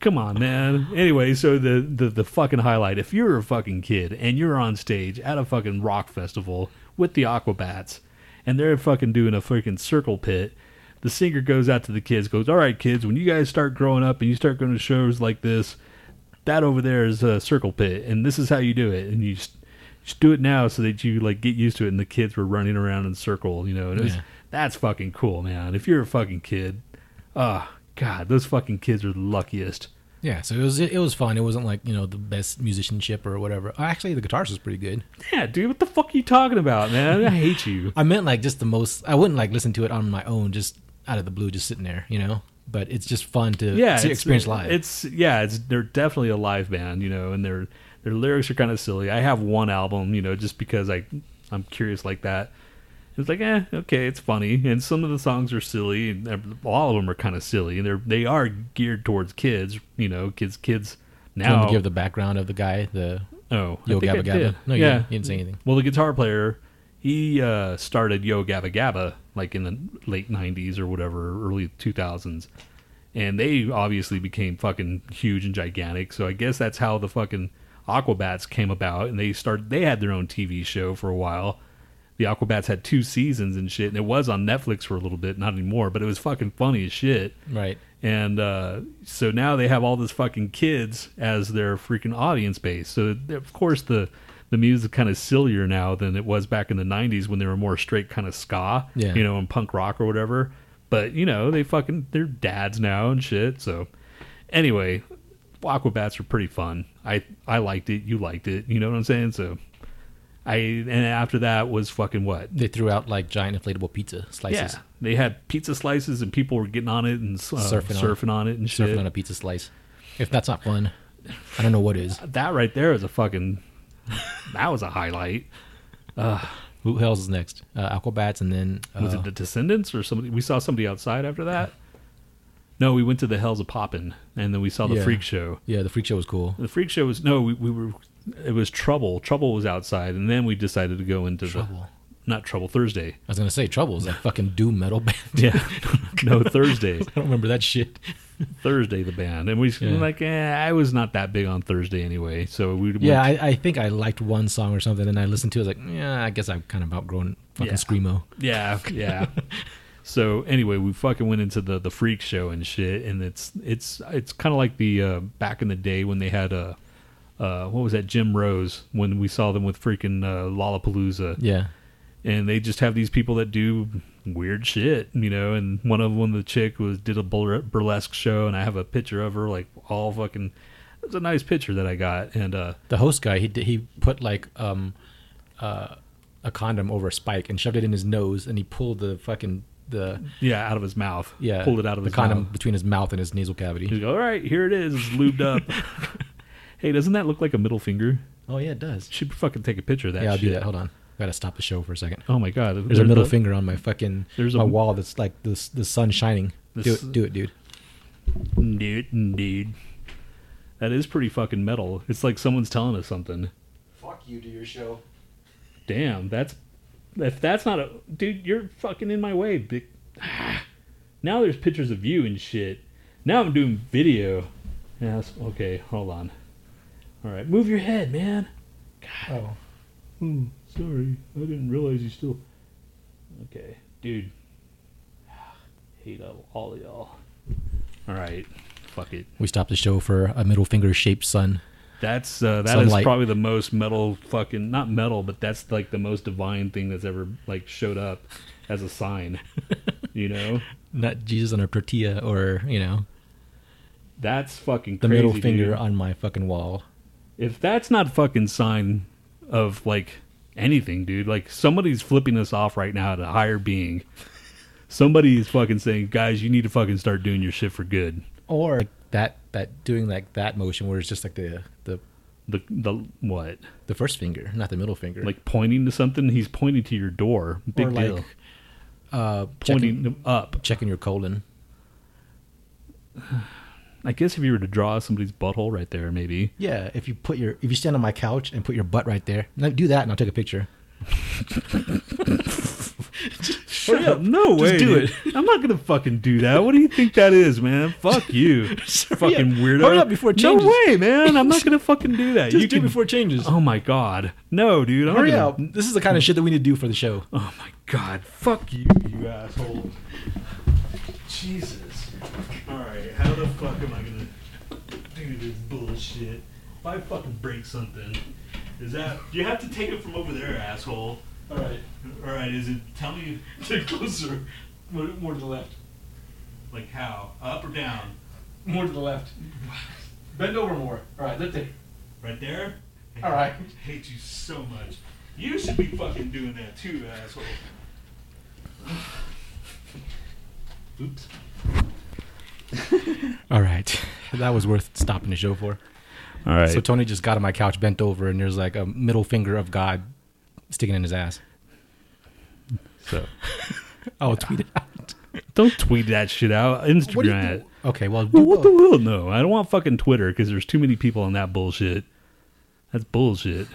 B: Come on, man. Anyway, so the, the the fucking highlight. If you're a fucking kid and you're on stage at a fucking rock festival with the Aquabats, and they're fucking doing a fucking circle pit, the singer goes out to the kids, goes, "All right, kids, when you guys start growing up and you start going to shows like this, that over there is a circle pit, and this is how you do it, and you." Just, just do it now so that you like get used to it and the kids were running around in a circle you know and it was,
A: Yeah.
B: that's fucking cool man if you're a fucking kid ah god those fucking kids are the luckiest
A: Yeah, so it was it, was fun. It wasn't like you know the best musicianship or whatever. Actually, the guitarist was pretty good.
B: yeah dude what the fuck are you talking about man i hate you
A: I meant like just the most. I wouldn't like listen to it on my own, just out of the blue, just sitting there, you know. But it's just fun to
B: yeah
A: see,
B: it's-
A: experience live.
B: it's yeah it's they're definitely a live band you know and their their lyrics are kind of silly i have one album you know just because i i'm curious like that it's like eh okay it's funny and some of the songs are silly and they're- all of them are kind of silly and they're they are geared towards kids you know kids kids
A: Do you want
B: now
A: to give the background of the guy, the
B: oh I
A: Yo
B: think I
A: Gabba
B: did.
A: Gabba. No, you,
B: yeah
A: didn't, you didn't say anything.
B: well the guitar player he uh started yo gabba gabba like in the late 90s or whatever early 2000s and they obviously became fucking huge and gigantic so i guess that's how the fucking aquabats came about and they started they had their own tv show for a while the aquabats had two seasons and shit and it was on netflix for a little bit not anymore but it was fucking funny as shit
A: Right.
B: and uh, so now they have all this fucking kids as their freaking audience base. So of course the the music kind of sillier now than it was back in the '90s when they were more straight kind of ska,
A: Yeah.
B: you know, and punk rock or whatever. But you know they fucking they're dads now and shit. So anyway, Aquabats were pretty fun. I I liked it. You liked it. You know what I'm saying? So I and after that was fucking what
A: They threw out like giant inflatable pizza slices,
B: yeah, they had pizza slices and people were getting on it and uh, surfing,
A: Surfing on
B: on, it and shit.
A: surfing on a pizza slice. If that's not fun, I don't know what is.
B: that right there is a fucking that was a highlight.
A: Who else is next? Uh, Aquabats, and then uh,
B: Was it the Descendants or somebody? We saw somebody outside after that. No, we went to the Hell's a Poppin', and then we saw
A: uh,
B: the
A: Yeah.
B: Freak Show.
A: yeah, the freak show was cool.
B: The Freak Show was no, we, we were it was Trouble. Trouble was outside, and then we decided to go into
A: Trouble.
B: the not Trouble Thursday.
A: I was gonna say Trouble is like fucking doom metal band.
B: Yeah, no Thursday.
A: I don't remember that shit.
B: Thursday the band, and we
A: Yeah.
B: like eh, I was not that big on Thursday anyway, so we
A: Yeah,
B: went-
A: I, I think I liked one song or something, and I listened to it. I was like, yeah, I guess I've kind of outgrown fucking
B: Yeah.
A: screamo.
B: Yeah, yeah. so anyway, we fucking went into the the freak show and shit, and it's it's it's kind of like the uh, back in the day when they had a. Uh, what was that, Jim Rose? When we saw them with freaking uh, Lollapalooza,
A: Yeah,
B: and they just have these people that do weird shit, you know. And one of them, the chick was did a bur- burlesque show, and I have a picture of her, like all fucking. It was a nice picture that I got, and uh,
A: the host guy he did, he put like um uh, a condom over a spike and shoved it in his nose, and he pulled the fucking the
B: yeah, out of his mouth,
A: yeah
B: pulled it out of
A: the
B: his
A: condom
B: mouth.
A: between his mouth and his nasal cavity.
B: He's go, all right, here it is. It's lubed up. hey, doesn't that look like a middle finger?
A: Oh yeah, it does.
B: Should fucking take a picture of that
A: yeah, I'll
B: shit.
A: do that. Hold on, I gotta stop the show for a second.
B: Oh my god.
A: There's, a middle finger on my fucking
B: There's
A: there's
B: a-
A: a, my wall that's like the s- the sun shining.
B: The
A: do
B: s-
A: it, do it, dude.
B: finger. Dude, dude. That is pretty fucking metal. It's like someone's telling us something.
A: Fuck you to your show.
B: Damn, that's if that's not a dude, you're fucking in my way. Big. Now there's pictures of you and shit. Now I'm doing video. Yeah, that's, okay, hold on. All right, move your head, man.
A: Oh,
B: Oh, sorry. I didn't realize you still. Okay, dude. Hate all, all of y'all. All right, fuck it.
A: we stopped the show for a middle finger shaped sun.
B: That's uh, that is
A: Sunlight.
B: probably the most metal fucking not metal, but that's like the most divine thing that's ever like showed up as a sign. you know,
A: Not Jesus on a tortilla, or you know,
B: that's fucking
A: the
B: crazy,
A: middle finger
B: dude.
A: on my fucking wall.
B: if that's not fucking sign of like anything, dude, like somebody's flipping us off right now at a higher being. Somebody is fucking saying, guys, you need to fucking start doing your shit for good.
A: or like that that doing like that motion where it's just like the the
B: The the what?
A: the first finger, not the middle finger.
B: Like pointing to something? He's pointing to your door. Big
A: or
B: deal.
A: like uh,
B: pointing
A: checking,
B: up.
A: checking your colon.
B: I guess if you were to draw somebody's butthole right there, maybe.
A: Yeah, if you put your if you stand on my couch and put your butt right there, no, do that and I'll take a picture.
B: Shut up. No way.
A: do
B: dude. I'm not gonna fucking do that. What do you think that is, man? Fuck you. fucking
A: up.
B: weirdo.
A: Hurry up before it changes.
B: No way, man. I'm not gonna fucking do that.
A: Just
B: you
A: do it before it changes.
B: Oh my god. No, dude. I'm
A: Hurry
B: not gonna...
A: up. This is the kind of shit that we need to do for the show.
B: Oh my god. Fuck you, you asshole. Jesus. Alright, how the fuck am I gonna do this bullshit? If I fucking break something, is that. You have to take it from over there, asshole.
A: Alright.
B: Alright, is it. Tell me. Get closer.
A: More, more to the left.
B: Like how? Up or down?
A: More to the left. Bend over more. All right, lift it.
B: Right there?
A: All right.
B: I hate you so much. You should be fucking doing that too, asshole. Oops.
A: All right. That was worth stopping the show for.
B: Alright.
A: So Tony just got on my couch, bent over, and there's like a middle finger of God sticking in his ass.
B: so.
A: Oh, tweet it out.
B: Don't tweet that shit out. Instagram
A: What do you
B: it.
A: do? Okay, well,
B: Well,
A: do
B: what
A: both.
B: the hell? No, I don't want fucking Twitter because there's too many people on that bullshit. That's bullshit.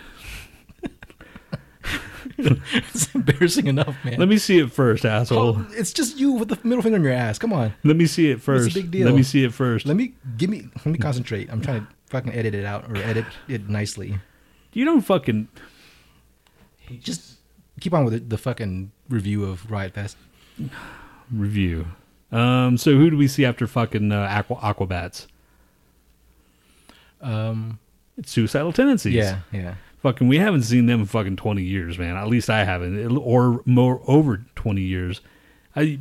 A: it's embarrassing enough, man.
B: Let me see it first, asshole.
A: Oh, it's just you with the middle finger in your ass. Come on.
B: Let me see it first.
A: big deal?
B: Let me see it first.
A: Let me give me. Let me concentrate. I'm trying to fucking edit it out or edit it nicely.
B: you don't fucking.
A: Just keep on with it, the fucking review of Riot Fest.
B: review. Um, so who do we see after fucking uh, Aqua Aquabats?
A: Um.
B: It's suicidal tendencies.
A: Yeah. Yeah.
B: Fucking, we haven't seen them in fucking twenty years, man. At least I haven't, It- or more over twenty years. I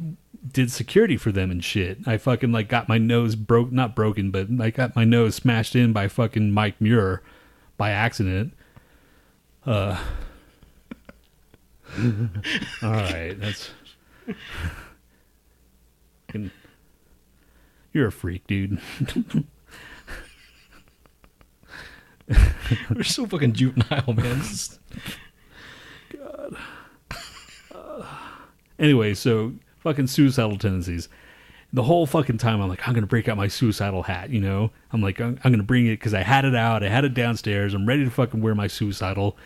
B: did security for them and shit. I fucking like got my nose broke, not broken, but I got my nose smashed in by fucking Mike Muir by accident. Uh. all right, that's. Fucking- You're a freak, dude.
A: We're so fucking juvenile, man. This
B: Anyway, so fucking suicidal tendencies. The whole fucking time, I'm like, I'm gonna break out my suicidal hat. You know, I'm like, I'm, I'm gonna bring it because I had it out. I had it downstairs. I'm ready to fucking wear my suicidal,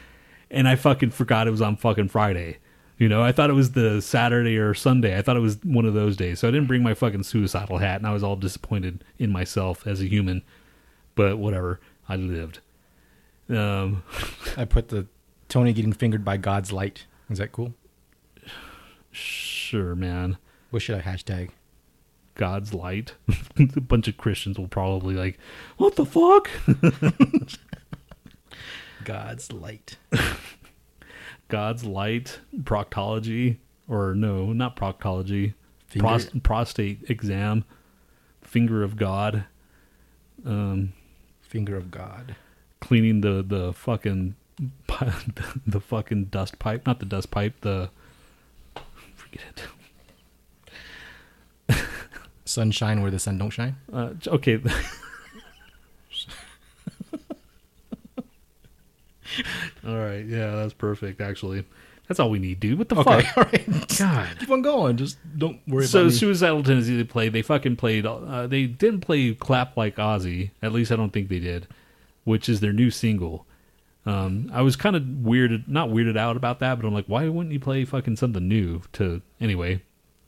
B: and I fucking forgot it was on fucking Friday. You know, I thought it was the Saturday or Sunday. I thought it was one of those days. So I didn't bring my fucking suicidal hat, and I was all disappointed in myself as a human. But whatever, I lived. Um,
A: is- I put the Tony getting fingered by God's light. Is that cool?
B: sure, man.
A: What should I hashtag?
B: God's light. a bunch of Christians will probably like, what the fuck?
A: God's light.
B: God's light, proctology, or no, not proctology,
A: Finger-
B: pros- prostate exam, finger of God, um,
A: Finger of God.
B: cleaning the the fucking pi- the, the fucking dust pipe, not the dust pipe, the forget it.
A: Sunshine where the sun don't shine.
B: Uh, j- okay. all right. Yeah, that's perfect. Actually, that's all we need, dude. What the fuck?
A: All right.
B: God.
A: Keep on going. Just don't worry
B: So
A: about me.
B: suicidal tendency they played. They fucking played. Uh, they didn't play clap like Ozzy. At least I don't think they did, which is their new single. Um, I was kind of weirded, not weirded out about that, but I'm like, why wouldn't you play fucking something new? To anyway,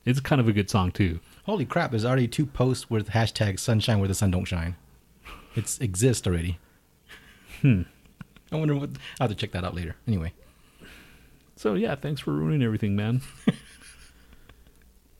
B: it's kind of a good song too.
A: Holy crap! There's already two posts with hashtag sunshine where the sun don't shine. It's exists already. Hmm. I wonder what. I'll have to check that out later. Anyway,
B: So yeah, thanks for ruining everything, man.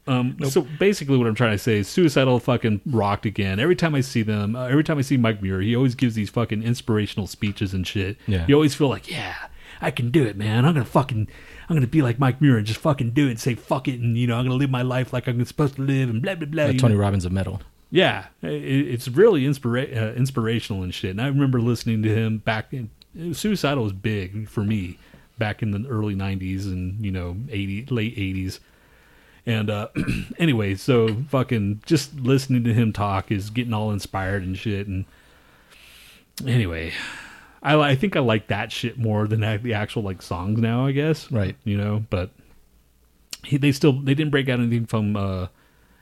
B: um, so basically, what I'm trying to say is, suicidal fucking rocked again. Every time I see them, uh, every time I see Mike Muir, he always gives these fucking inspirational speeches and shit.
A: Yeah.
B: You always feel like, yeah, I can do it, man. I'm gonna fucking, I'm gonna be like Mike Muir and just fucking do it and say fuck it, and you know, I'm gonna live my life like I'm supposed to live and blah blah blah.
A: like
B: you
A: Tony
B: know?
A: Robbins of metal.
B: Yeah, i- i it's really inspira- uh, inspirational and shit. And I remember listening to him back in Suicidal was big for me back in the early 90s and, you know, 80 late 80s. And uh anyway, so fucking just listening to him talk is getting all inspired and shit and anyway, I li- I think I like that shit more than I- the actual like songs now, I guess.
A: Right.
B: You know, but he, they still they didn't break out anything from uh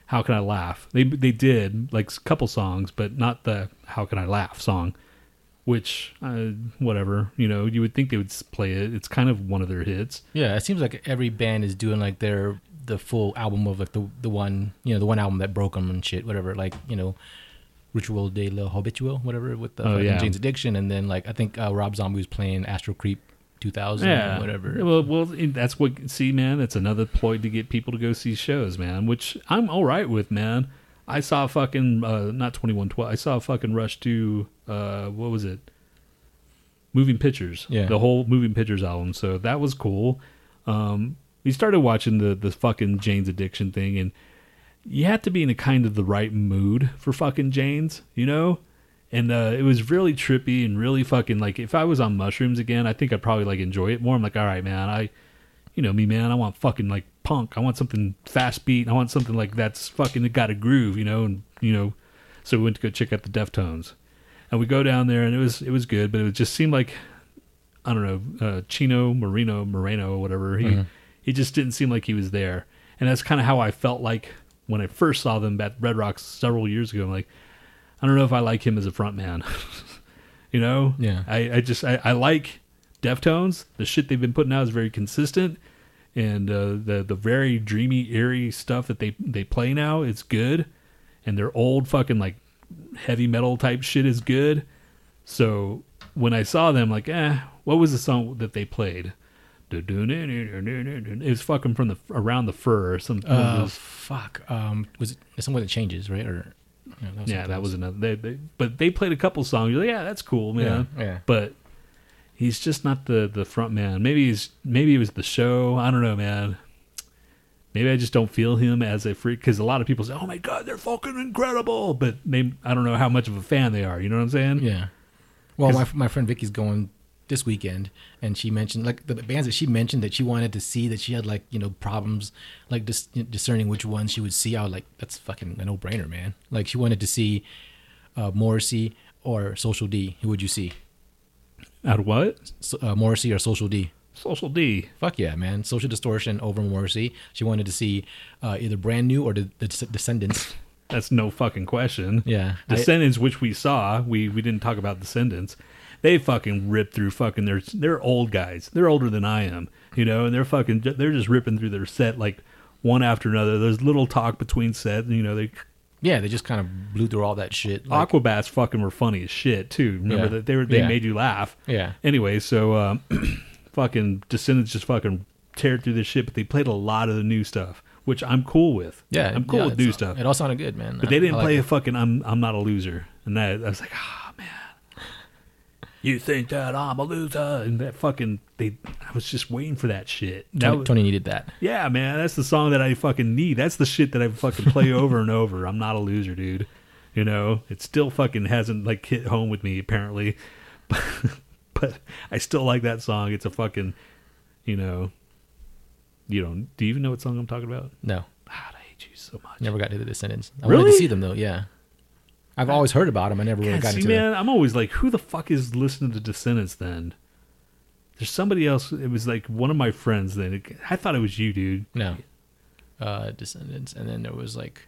B: how can i laugh they they did like a couple songs but not the how can i laugh song which uh, whatever you know you would think they would s- play it. It's kind of one of their hits.
A: Yeah, it seems like every band is doing like their the full album of like the the one you know the one album that broke them and shit whatever like you know Ritual de la Habitual whatever with the
B: Oh,
A: fucking
B: yeah.
A: Jane's Addiction and then like I think uh, Rob Zombie was playing Astro Creep 2000
B: Yeah,
A: or whatever.
B: Well, well, it- that's what. See, man, that's another ploy to get people to go see shows, man. Which I'm all right with, man. I saw fucking uh, not twenty one twelve. I saw fucking Rush to uh, what was it? Moving Pictures.
A: Yeah.
B: the whole Moving Pictures album. So that was cool. Um, we started watching the the fucking Jane's Addiction thing, and you had to be in a kind of the right mood for fucking Jane's, you know? And uh, it was really trippy and really fucking like if I was on mushrooms again, I think I'd probably like enjoy it more. I'm like, all right, man, I, you know me, man, I want fucking like punk. I want something fast beat. I want something like that's fucking got a groove, you know? And you know, so we went to go check out the Deftones, and we go down there and it was it was good, but it just seemed like I don't know, uh, Chino Marino Moreno, whatever. He he just didn't seem like he was there, and that's kind of how I felt like when I first saw them at Red Rocks several years ago. I'm like, I don't know if I like him as a front man. you know,
A: Yeah.
B: I, I just I, I like Deftones. The shit they've been putting out is very consistent, and uh, the the very dreamy, eerie stuff that they they play now is good, and their old fucking like heavy metal type shit is good. So when I saw them, like, eh, what was the song that they played? It was fucking from the around the fur or something.
A: uh, fuck. Um, was it it's someone that changes right or yeah that was, something
B: yeah, that
A: else.
B: was another. They, they, but they played a couple songs. You're like, yeah, that's cool, man.
A: Yeah, yeah.
B: But he's just not the the front man. Maybe he's maybe it was the show. I don't know, man. Maybe I just don't feel him as a freak because a lot of people say, "Oh my god, they're fucking incredible," but they I don't know how much of a fan they are. You know what I'm saying?
A: Yeah. Well, my
B: 'Cause-
A: my friend Vicky's going this weekend, and she mentioned like the bands that she mentioned that she wanted to see that she had like you know problems like dis- discerning which ones she would see. I was like, that's fucking a no brainer, man. Like she wanted to see uh, Morrissey or Social D. Who would you see?
B: Out of what?
A: So, uh, Morrissey or Social D?
B: Social D.
A: Fuck yeah, man! Social Distortion over Morrissey. She wanted to see uh, either Brand New or the, the Des- Descendants.
B: That's no fucking question.
A: Yeah, I-
B: Descendants, which we saw, we we didn't talk about Descendants. They fucking rip through fucking. They're they're old guys. They're older than I am, you know, and they're fucking. They're just ripping through their set like one after another. There's little talk between sets, you know. They
A: Yeah, they just kind of blew through all that shit. Like,
B: Aquabats fucking were funny as shit too. Remember
A: Yeah.
B: that they were they
A: Yeah.
B: made you laugh.
A: Yeah.
B: Anyway, so um, fucking Descendants just fucking tear through this shit, but they played a lot of the new stuff, which I'm cool with.
A: yeah,
B: I'm cool
A: yeah,
B: with new
A: it's-
B: stuff.
A: It all sounded good, man.
B: But they didn't play a fucking I'm I'm not a loser. And that I was like, ah man. You think that I'm a loser and that fucking they I was just waiting for that shit. That
A: Tony,
B: was-
A: Tony needed that.
B: yeah, man, that's the song that I fucking need. That's the shit that I fucking play over and over. I'm not a loser, dude. You know, it still fucking hasn't like hit home with me apparently. But, but I still like that song. It's a fucking, you know, you don't do you even know what song I'm talking about?
A: No,
B: God, I hate you so much.
A: never got to the Descendants. I wanted
B: Really?
A: to see them though. Yeah, I've always heard about them. I never really
B: God,
A: got
B: see,
A: into
B: man, I'm always like, who the fuck is listening to Descendants then? There's somebody else. It was like one of my friends then. I thought it was you, dude.
A: them. No, uh, Descendants, and then there was like,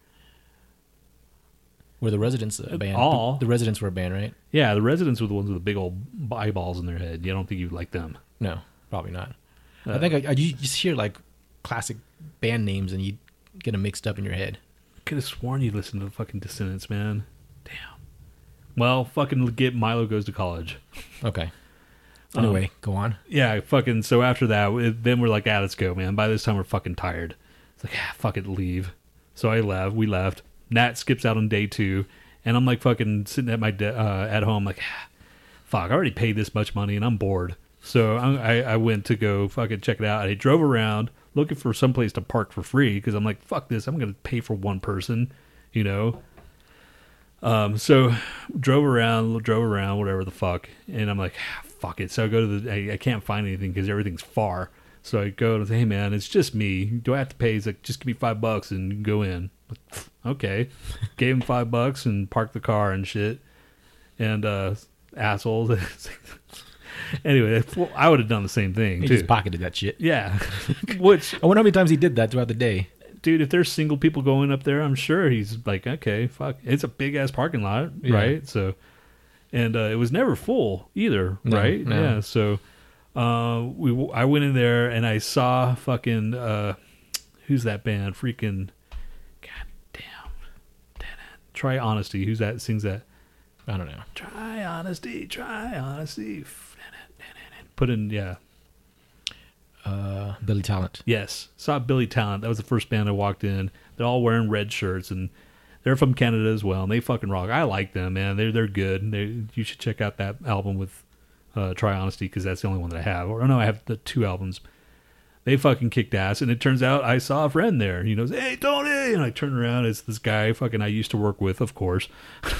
A: were the Residents a band?
B: Uh, all.
A: the Residents were a band, right?
B: Yeah, the residents were the ones with the big old eyeballs in their head. You don't think you'd like them.
A: No, probably not.
B: Uh.
A: I think I, I, you just hear like classic band names, and you get them mixed up in your head.
B: Could have sworn you listened to the fucking Descendants, man. Damn. Well, fucking get Milo goes to college.
A: Okay.
B: Um,
A: Anyway, go on.
B: Yeah, fucking. So after that, it, then we're like, ah, let's go, man. By this time, we're fucking tired. It's like, ah, fuck it, leave. So I left. We left. Nat skips out on day two, and I'm like, fucking sitting at my de- uh, at home, like, ah, fuck, I already paid this much money, and I'm bored. So I, I, I went to go fucking check it out. I drove around looking for someplace to park for free because I'm like, fuck this, I'm gonna pay for one person, you know. Um, so drove around, drove around, whatever the fuck, and I'm like, "Ah, fuck it. So I go to the, I, I can't find anything because everything's far. So I go and say, hey man, it's just me. Do I have to pay? He's like, just give me five bucks and you can go in. I'm like, okay, gave him five bucks and parked the car and shit. And uh, assholes. anyway, well, I would have done the same thing
A: He
B: too.
A: just pocketed that shit.
B: yeah, which
A: I wonder how many times he did that throughout the day.
B: dude, if there's single people going up there, I'm sure he's like, okay, fuck, it's a big ass parking lot,
A: Yeah.
B: right? So, and uh, it was never full either,
A: No,
B: right?
A: no.
B: Yeah. So uh, we w- I went in there and I saw fucking uh, who's that band? Freaking god damn, try honesty. Who's that? Sings that?
A: I don't know.
B: Try honesty. Try honesty. Put in yeah.
A: Uh, Billy Talent.
B: Yes, saw Billy Talent. That was the first band I walked in. They're all wearing red shirts, and they're from Canada as well. And they fucking rock. I like them, man. They're they're good. They, you should check out that album with uh, Try Honesty because that's the only one that I have. Or no, I have the two albums. They fucking kicked ass, and it turns out I saw a friend there. He knows, hey Tony, and I turn around. It's this guy fucking I used to work with, of course.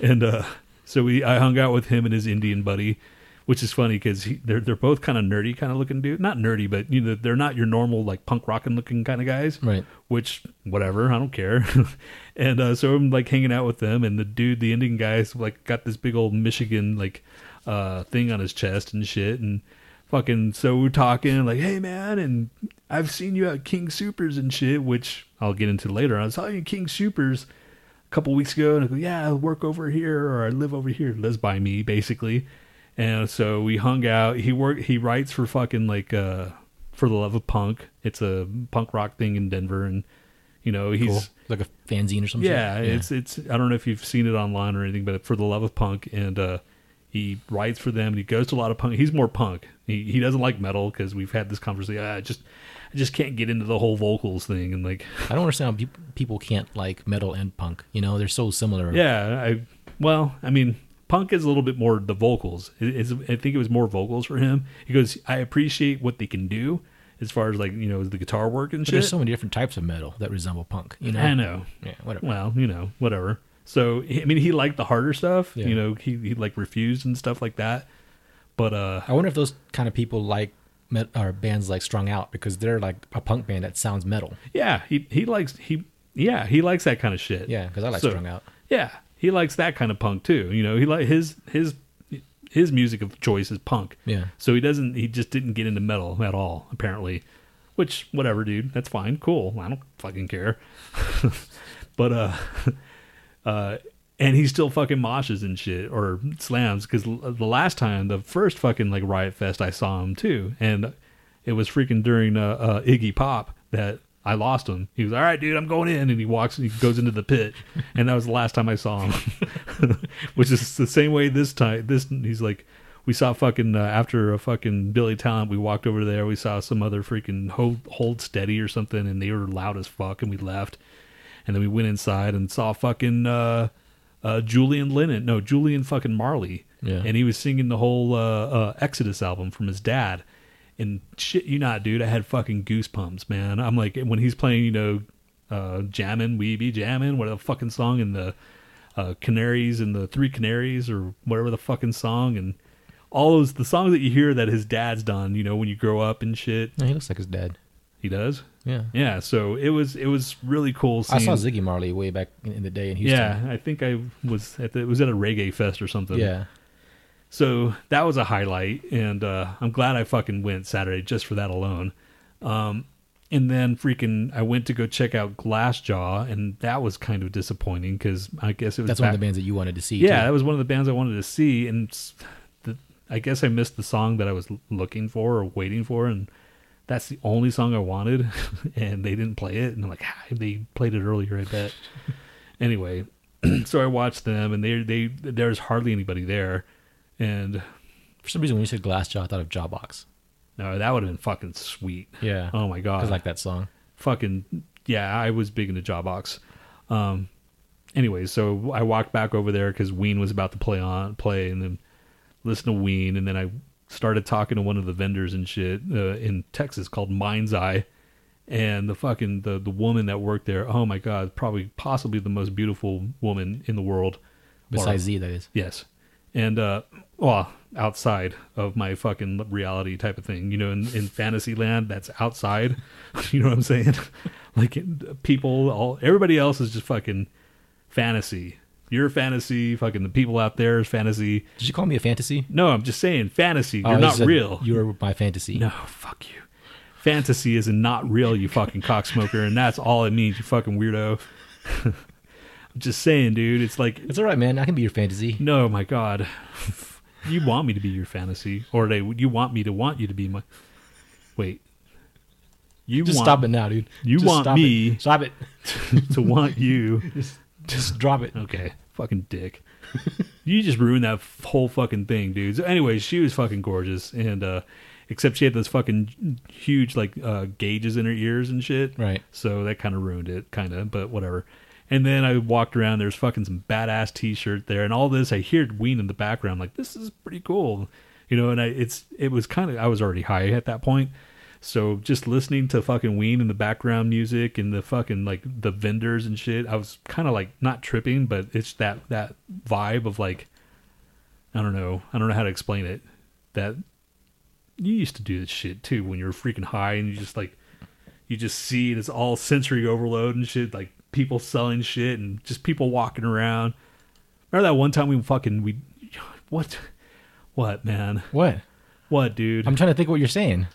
B: and uh, so we I hung out with him and his Indian buddy, which is funny because they're they're both kind of nerdy kind of looking dude. Not nerdy, but you know they're not your normal like punk rockin' looking kind of guys.
A: Right.
B: Which whatever, I don't care. and uh, so I'm like hanging out with them, and the dude, the Indian guy's like got this big old Michigan like uh thing on his chest and shit, and fucking so we're talking like hey man and i've seen you at king supers and shit which i'll get into later i saw you at king supers a couple weeks ago and i go yeah i work over here or i live over here lives by me basically and so we hung out he work he writes for fucking like uh for the love of punk it's a punk rock thing in denver and you know he's
A: Cool. Like a fanzine or something.
B: yeah, it's it's. I don't know if you've seen it online or anything, but for the love of punk, and uh, he writes for them. And he goes to a lot of punk. He's more punk. He he doesn't like metal because we've had this conversation. "Ah, I just I just can't get into the whole vocals thing and like
A: I don't understand how peop people can't like metal and punk. You know, they're so similar.
B: yeah. I well, I mean, punk is a little bit more the vocals. It- it's, I think it was more vocals for him. He goes, I appreciate what they can do as far as like you know the guitar work and
A: But
B: shit.
A: there's so many different types of metal that resemble punk. You know.
B: I know.
A: Yeah. Whatever.
B: Well, you know, whatever. So he- I mean, he liked the harder stuff.
A: Yeah.
B: You know, he he like refused and stuff like that. But uh,
A: I wonder if those kind of people like met or bands like Strung Out because they're like a punk band that sounds metal.
B: yeah, he he likes he yeah he likes that kind of shit.
A: Yeah, because I like
B: So-
A: Strung Out.
B: Yeah, he likes that kind of punk too. You know, he like his his his music of choice is punk.
A: Yeah.
B: So he doesn't he just didn't get into metal at all apparently, which whatever, dude, that's fine, cool. I don't fucking care. but uh, uh, and he still fucking moshes and shit or slams because the last time the first fucking like riot fest I saw him too and it was freaking during uh, uh Iggy Pop that. I lost him. He was all right, dude. I'm going in, and he walks and he goes into the pit, and that was the last time I saw him. Which is the same way this time. This he's like, we saw fucking uh, after a fucking Billy Talent, we walked over there. We saw some other freaking hold, hold steady or something, and they were loud as fuck, and we left. And then we went inside and saw fucking uh, uh, Julian Lennon, no Julian fucking Marley,
A: Yeah.
B: and he was singing the whole uh, uh, Exodus album from his dad. And shit, you not, dude, I had fucking goosebumps, man. I'm like when he's playing, you know, uh, jammin', we be jammin', whatever the fucking song, and the uh, canaries and the three canaries or whatever the fucking song and all those the songs that you hear that his dad's done you know when you grow up and shit
A: No, he looks like his dad.
B: he does
A: Yeah.
B: yeah so it was it was really cool
A: I
B: seeing,
A: saw Ziggy Marley way back in, in the day in Houston.
B: yeah i think i was at the, it was at a reggae fest or something
A: Yeah.
B: so that was a highlight and uh, i'm glad i fucking went saturday just for that alone um, and then freaking i went to go check out glassjaw and that was kind of disappointing because i guess it was
A: That's
B: back,
A: one of the bands that you wanted to see.
B: yeah,
A: too.
B: that was one of the bands I wanted to see, and s- the, I guess I missed the song that I was l- looking for or waiting for, and that's the only song I wanted, and they didn't play it, and I'm like, "Ah, they played it earlier, I bet. anyway, so I watched them, and they they there's hardly anybody there, and
A: For some reason, when you said Glassjaw, I thought of Jawbox.
B: no, uh, that would have been fucking sweet.
A: Yeah.
B: Oh my god,
A: Because like that song.
B: fucking yeah, I was big into Jawbox. Um, anyway, so I walked back over there because Ween was about to play on play, and then listen to Ween, and then I started talking to one of the vendors and shit uh, in Texas called Mind's Eye, and the fucking the the woman that worked there. Oh my god, probably possibly the most beautiful woman in the world. Or-
A: Besides Z, that is.
B: Yes. And uh well, outside of my fucking reality type of thing. You know, in, in fantasy land, that's outside. you know what I'm saying? like in- people all everybody else is just fucking fantasy. Your fantasy, fucking the people out there is fantasy.
A: Did you call me a fantasy?
B: No, I'm just saying fantasy. You're
A: Oh, you
B: not
A: said
B: real.
A: You're my fantasy.
B: No, fuck you. Fantasy is not real, you fucking cocksmoker, and that's all it means, you fucking weirdo. I'm just saying, dude. It's like,
A: It's all right, man. I can be your fantasy.
B: no, my God. you want me to be your fantasy, or they you want me to want you to be my. Wait. You
A: Just
B: want
A: stop it now, dude.
B: you
A: Just
B: want
A: stop
B: me-
A: It. Stop it.
B: to want you.
A: Just drop it.
B: Okay, fucking dick. you just ruined that f- whole fucking thing, dude. So anyway, she was fucking gorgeous, and uh except she had those fucking huge like uh gauges in her ears and shit.
A: Right.
B: So that kind of ruined it, kind of, but whatever. And then I walked around. There's fucking some badass T-shirt there, and all this. I hear Ween in the background, like this is pretty cool, you know. And I, it's it was kind of I was already high at that point, so just listening to fucking Ween in the background music and the fucking like the vendors and shit. I was kind of like not tripping, but it's that that vibe of like I don't know, I don't know how to explain it. That you used to do this shit too when you were freaking high and you just like you just see and it's all sensory overload and shit like people selling shit and just people walking around remember that one time we fucking we what what man
A: What?
B: what dude
A: I'm trying to think what you're saying.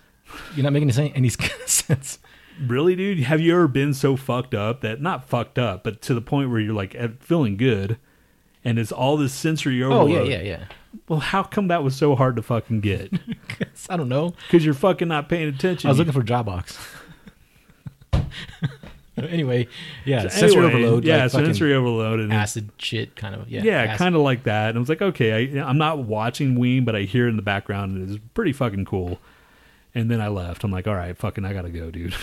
A: You're not making any- any sense.
B: really dude have you ever been so fucked up that not fucked up but to the point where you're like eh, feeling good and it's all this sensory
A: Oh
B: overload
A: yeah, yeah, yeah.
B: well how come that was so hard to fucking get
A: 'Cause I don't know.
B: because you're fucking not paying attention
A: I was looking for Dropbox. anyway, yeah,
B: So
A: sensory
B: anyway,
A: overload.
B: yeah
A: like fucking
B: sensory overload and
A: acid shit, kind of. Yeah,
B: yeah,
A: acid.
B: kind of like that. And I was like, okay, I, I'm not watching Ween, but I hear it in the background, and it's pretty fucking cool. And then I left. I'm like, all right, fucking, I gotta go, dude.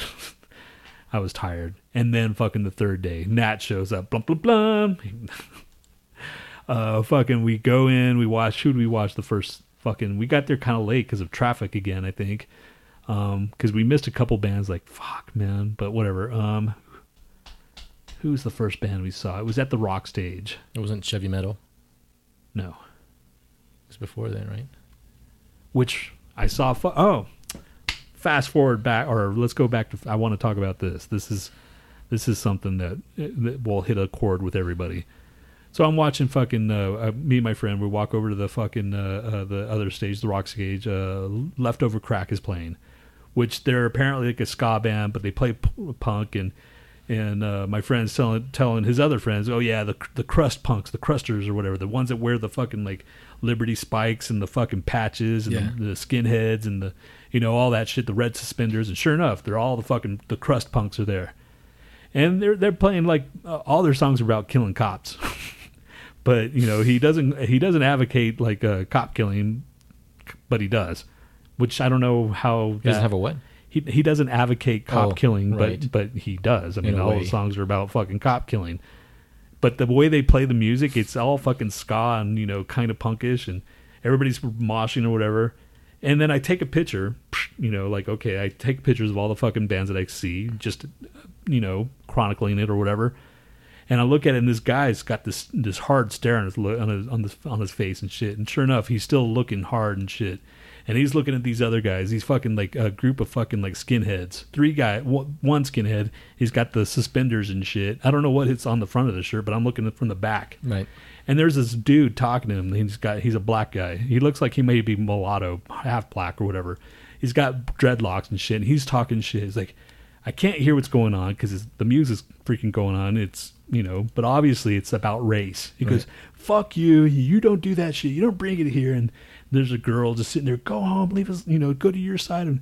B: I was tired. And then fucking the third day, Nat shows up. Blum blum blum. uh, fucking, we go in. We watch. Who did we watch the first? Fucking, we got there kind of late because of traffic again. I think um because we missed a couple bands like fuck man but whatever um who was the first band we saw it was at the rock stage
A: It wasn't Chevy metal.
B: no
A: It was before then, right?
B: which I saw. Fu- oh, fast forward back, or let's go back to. I want to talk about this. This is this is something that, that will hit a chord with everybody. So I'm watching fucking uh, uh, me and my friend. We walk over to the fucking uh, uh, the other stage, the rock stage. Uh, Leftover Crack is playing, which they're apparently like a ska band, but they play p- punk and. And uh, my friend's telling telling his other friends, "Oh yeah, the the crust punks, the crusters or whatever, the ones that wear the fucking like Liberty spikes and the fucking patches and
A: Yeah.
B: the, the skinheads and the you know all that shit, the red suspenders." And sure enough, they're all the fucking the crust punks are there and they're they're playing like uh, all their songs are about killing cops. but you know he doesn't he doesn't advocate like uh, cop killing, but he does, which I don't know how
A: He
B: that-
A: doesn't have a what?
B: he he doesn't advocate cop
A: Oh,
B: killing,
A: right.
B: but but he does. I mean,
A: a
B: all
A: way.
B: his songs are about fucking cop killing. But the way they play the music, it's all fucking ska and you know kind of punkish, and everybody's moshing or whatever. And then I take a picture, you know, like okay, I take pictures of all the fucking bands that I see, just you know chronicling it or whatever. And I look at it, and this guy's got this this hard stare on his lo- on his on his, on his face and shit. And sure enough, he's still looking hard and shit. And he's looking at these other guys. He's fucking like a group of fucking like skinheads. Three guy, one one skinhead. He's got the suspenders and shit. I don't know what it's on the front of the shirt, but I'm looking from the back.
A: Right.
B: And there's this dude talking to him. He's got he's a black guy. He looks like he may be mulatto, half black or whatever. He's got dreadlocks and shit. And he's talking shit. He's like, I can't hear what's going on because the music's freaking going on. It's you know, but obviously it's about race. He goes, "Fuck you! You don't do that shit. You don't bring it here." And there's a girl just sitting there. Go home. Leave us. You know, go to your side. And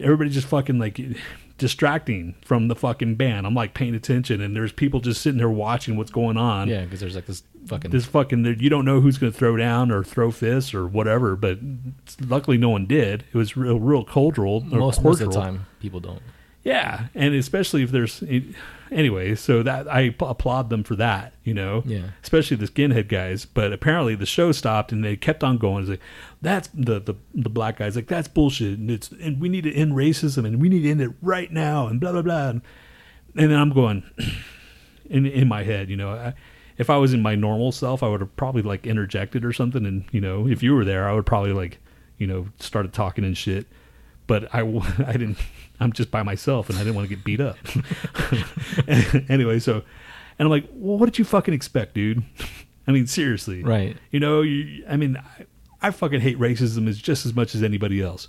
B: everybody just fucking like distracting from the fucking band. I'm like paying attention, and there's people just sitting there watching what's going on
A: Yeah, because there's like this fucking.
B: this fucking you don't know who's going to throw down or throw fists or whatever but luckily no one did it was real real cultural or
A: most, most of the
B: cordial.
A: time, people don't.
B: yeah and especially if there's eh, anyway so that i p- applaud them for that you know
A: Yeah.
B: especially the skinhead guys but apparently the show stopped and they kept on going it's like that's the the, the black guys like that's bullshit and it's and we need to end racism and we need to end it right now and blah blah blah and, and then i'm going in in my head. You know, I, if I was in my normal self, I would have probably like interjected or something. And you know, if you were there, I would probably like you know started talking and shit. But I, w- I didn't. I'm just by myself, and I didn't want to get beat up. anyway, so and I'm like, well, what did you fucking expect, dude? I mean, seriously,
A: Right.
B: You know, you, I mean, I, I fucking hate racism as just as much as anybody else.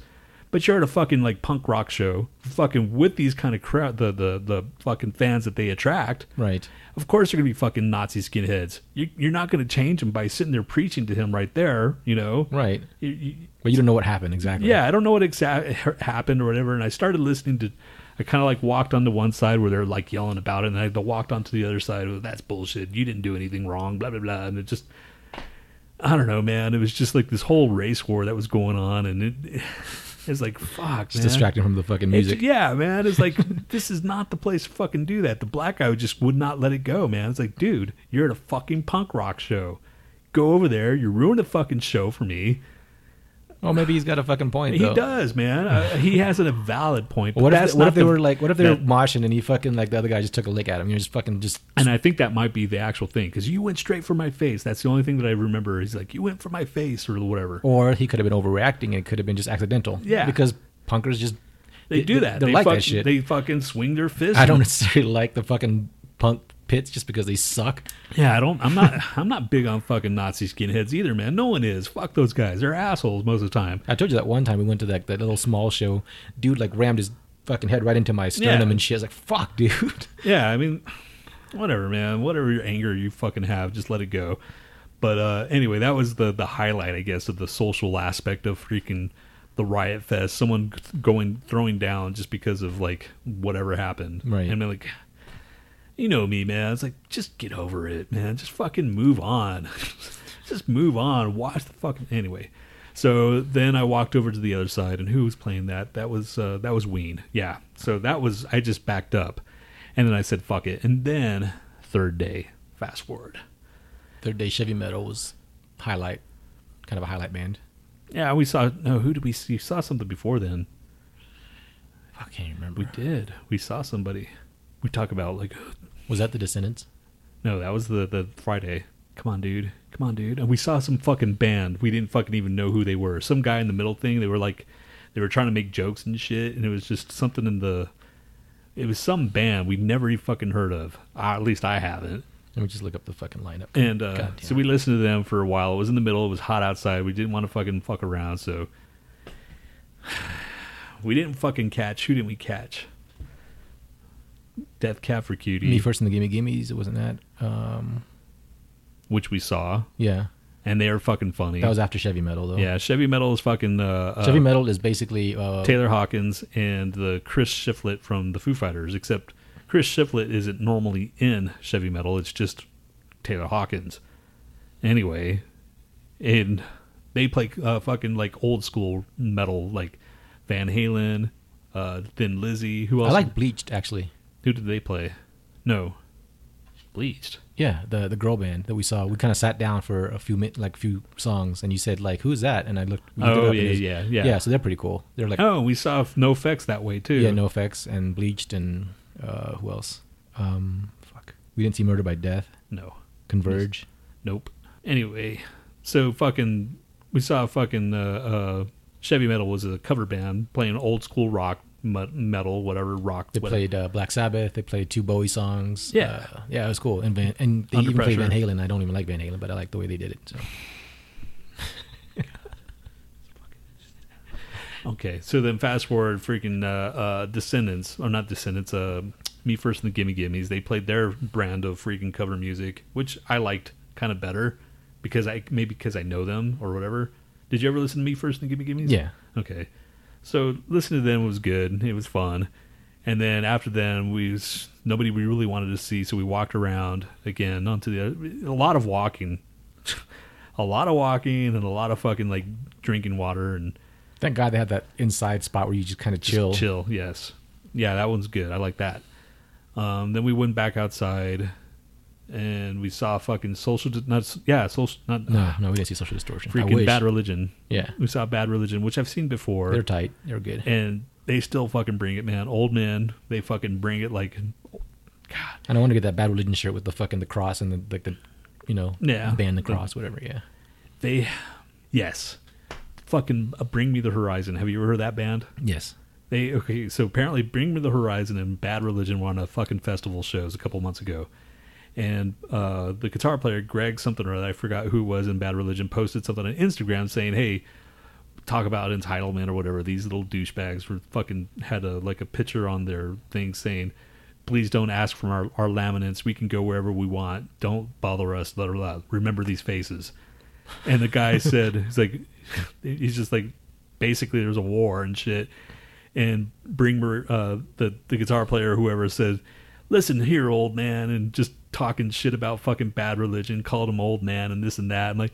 B: But you're at a fucking like punk rock show, fucking with these kind of crowd, the the the fucking fans that they attract.
A: Right.
B: Of course, they're gonna be fucking Nazi skinheads. You, you're not gonna change them by sitting there preaching to him right there. You know.
A: Right.
B: You- you-
A: But you don't know what happened exactly.
B: yeah, I don't know what exactly happened or whatever. And I started listening to, I kind of like walked onto one side where they're like yelling about it, and I walked onto the other side. Oh, that's bullshit. You didn't do anything wrong. Blah blah blah. And it just, I don't know, man. It was just like this whole race war that was going on, and it, it's like fuck,
A: Just
B: man.
A: distracting from the fucking
B: It's-
A: music.
B: yeah, man. It's like this is not the place to fucking do that. The black guy just would not let it go, man. It's like, dude, you're at a fucking punk rock show. Go over there. You ruined the fucking show for me.
A: Oh, maybe he's got a fucking point.
B: He
A: though.
B: does, man. Uh, he has a valid point. but
A: What if,
B: that's
A: what
B: not
A: if they
B: the-
A: were like, what if they were
B: that-
A: moshing and he fucking, like, the other guy just took a lick at him? You're just fucking just.
B: and I think that might be the actual thing because you went straight for my face. That's the only thing that I remember. He's like, you went for my face or whatever.
A: Or he could have been overreacting and it could have been just accidental.
B: Yeah.
A: Because punkers just.
B: They do that.
A: They,
B: they
A: like
B: fucking,
A: that shit.
B: They fucking swing their fist.
A: I don't necessarily like the fucking punk pits just because they suck.
B: Yeah, I don't. I'm not. I'm not big on fucking Nazi skinheads either, man. No one is. Fuck those guys. They're assholes most of the time.
A: I told you that one time we went to that, that little small show. Dude, like, rammed his fucking head right into my sternum
B: Yeah.
A: and shit. I was like, fuck, dude.
B: Yeah, I mean, whatever, man. Whatever your anger you fucking have, just let it go. But uh, anyway, that was the the highlight, I guess, of the social aspect of freaking the riot fest. Someone going throwing down just because of like whatever happened.
A: Right.
B: I mean, like, you know me, man. It's like just get over it, man. Just fucking move on. just move on. Watch the fucking anyway. So then I walked over to the other side, and who was playing that? That was uh, that was Ween. Yeah. So that was I just backed up, and then I said fuck it. And then third day, fast forward.
A: Third Day Chevy Metal was highlight, kind of a highlight band.
B: Yeah, we saw. No, who did we see? We saw something before then.
A: I can't remember.
B: We did. We saw somebody. We talk about like,
A: Was that the Descendants?
B: no, that was the the Friday. Come on, dude. Come on, dude. And we saw some fucking band. We didn't fucking even know who they were. Some guy in the middle thing. They were like, they were trying to make jokes and shit. And it was just something in the. It was some band we'd never even fucking heard of. Uh, at least I haven't.
A: Let me just look up the fucking lineup.
B: And uh,
A: God damn
B: so we listened to them for a while. It was in the middle. It was hot outside. We didn't want to fucking fuck around. So we didn't fucking catch. Who didn't we catch? Death Cab for Cutie,
A: me first in the Gimme Gimmes. It wasn't that. Um,
B: which we saw,
A: yeah,
B: and they are fucking funny.
A: that was after Chevy Metal though.
B: yeah, Chevy Metal is fucking uh, uh,
A: Chevy Metal is basically uh,
B: Taylor Hawkins and the Chris Shiflett from the Foo Fighters. Except Chris Shiflett isn't normally in Chevy Metal. It's just Taylor Hawkins. Anyway, and they play uh, fucking like old school metal, like Van Halen, uh, Thin Lizzy. Who
A: I
B: else?
A: like Bleached actually.
B: Who did they play? No, Bleached.
A: Yeah, the the girl band that we saw. We kind of sat down for a few minutes, like few songs, and you said like, "Who's that?" And I looked. We looked it
B: Oh
A: up, and
B: yeah,
A: it was-
B: yeah, yeah,
A: Yeah, so they're pretty cool. They're like
B: Oh, we saw No Effects that way too.
A: yeah, no effects and Bleached and uh, who else? Um, fuck, we didn't see Murder by Death,
B: no.
A: Converge.
B: Nope. Anyway, so fucking we saw fucking uh, uh, Chevy Metal was a cover band playing old school rock mu- metal, whatever rock.
A: They
B: what-
A: played uh, Black Sabbath. They played two Bowie songs.
B: Yeah.
A: uh, yeah, it was cool. And Van, and they
B: Under
A: even played Van
B: Pressure.
A: Halen. I don't even like Van Halen, but I like the way they did it. So
B: Okay, so then fast forward, freaking uh, uh, Descendants or not Descendants? Uh, Me First and the Gimme Gimmes. They played their brand of freaking cover music, which I liked kind of better because I maybe because I know them or whatever. Did you ever listen to Me First and the Gimme Gimmes?
A: yeah,
B: Okay. So listening to them was good. It was fun. And then after them, we s- nobody we really wanted to see, so we walked around again onto the a lot of walking, a lot of walking, and a lot of fucking like drinking water and
A: thank God they had that inside spot where you just kind of
B: just
A: chill.
B: chill. Yes, yeah, that one's good. I like that. Um, then we went back outside, and we saw fucking social. di- Not s- yeah, social. Not
A: No, no, we didn't see Social Distortion. I
B: freaking
A: wish.
B: bad religion.
A: Yeah,
B: We saw bad religion, which I've seen before.
A: they're tight. They're good.
B: and they still fucking bring it, man. Old men, they fucking bring it like, God,
A: And I want to get that Bad Religion shirt with the fucking the cross and the like the, you know,
B: Yeah.
A: ban the
B: The-
A: cross, whatever. Yeah,
B: they, yes, fucking uh, Bring Me the Horizon. Have you ever heard of that band?
A: yes.
B: They okay, so apparently Bring Me the Horizon and Bad Religion were on a fucking festival shows a couple months ago. And uh, the guitar player Greg something or other, I forgot who it was in Bad Religion, posted something on Instagram saying, "Hey, talk about entitlement or whatever. These little douchebags were fucking had a like a picture on their thing saying, "Please don't ask from our, our laminates. We can go wherever we want. Don't bother us. Blah, blah, blah. Remember these faces." And the guy said, "He's like, he's just like, basically there's a war and shit." And bring uh, the the guitar player, or whoever says, "Listen here, old man," and just talking shit about fucking bad religion, called him old man and this and that. I'm like,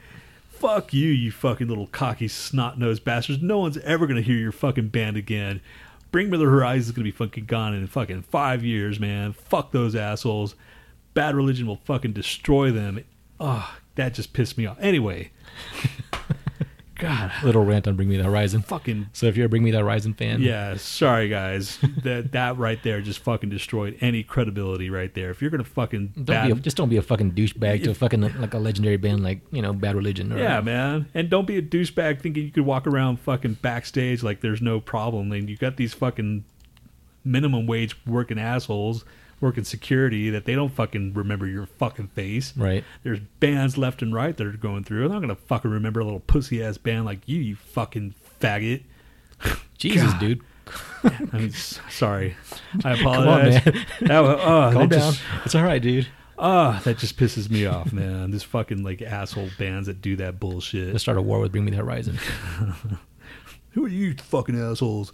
B: fuck you, you fucking little cocky snot nosed bastards. No one's ever gonna hear your fucking band again. Bring Me the Horizon's gonna be fucking gone in fucking five years, man. Fuck those assholes. Bad religion will fucking destroy them. Oh, that just pissed me off. Anyway, God,
A: Little rant on Bring Me the Horizon.
B: fucking
A: So if you're a Bring Me the Horizon fan,
B: yeah. Sorry guys, that that right there just fucking destroyed any credibility right there. If you're gonna fucking
A: don't be
B: bad,
A: a, just don't be a fucking douchebag to a fucking like a legendary band like you know Bad Religion. Or,
B: Yeah, man. And don't be a douchebag thinking you could walk around fucking backstage like there's no problem. And you got these fucking minimum wage working assholes working security that they don't fucking remember your fucking face.
A: Right.
B: There's bands left and right that are going through. They're not gonna fucking remember a little pussy ass band like you, you fucking faggot.
A: Jesus,
B: God.
A: dude.
B: I mean, s- sorry. I
A: on,
B: apologize.
A: man.
B: That wa- oh,
A: Calm
B: that
A: down.
B: just-
A: It's all right, dude.
B: oh, that just pisses me off, man. This fucking like asshole bands that do that bullshit.
A: Let's start a war with Bring Me the Horizon.
B: Who are you fucking assholes?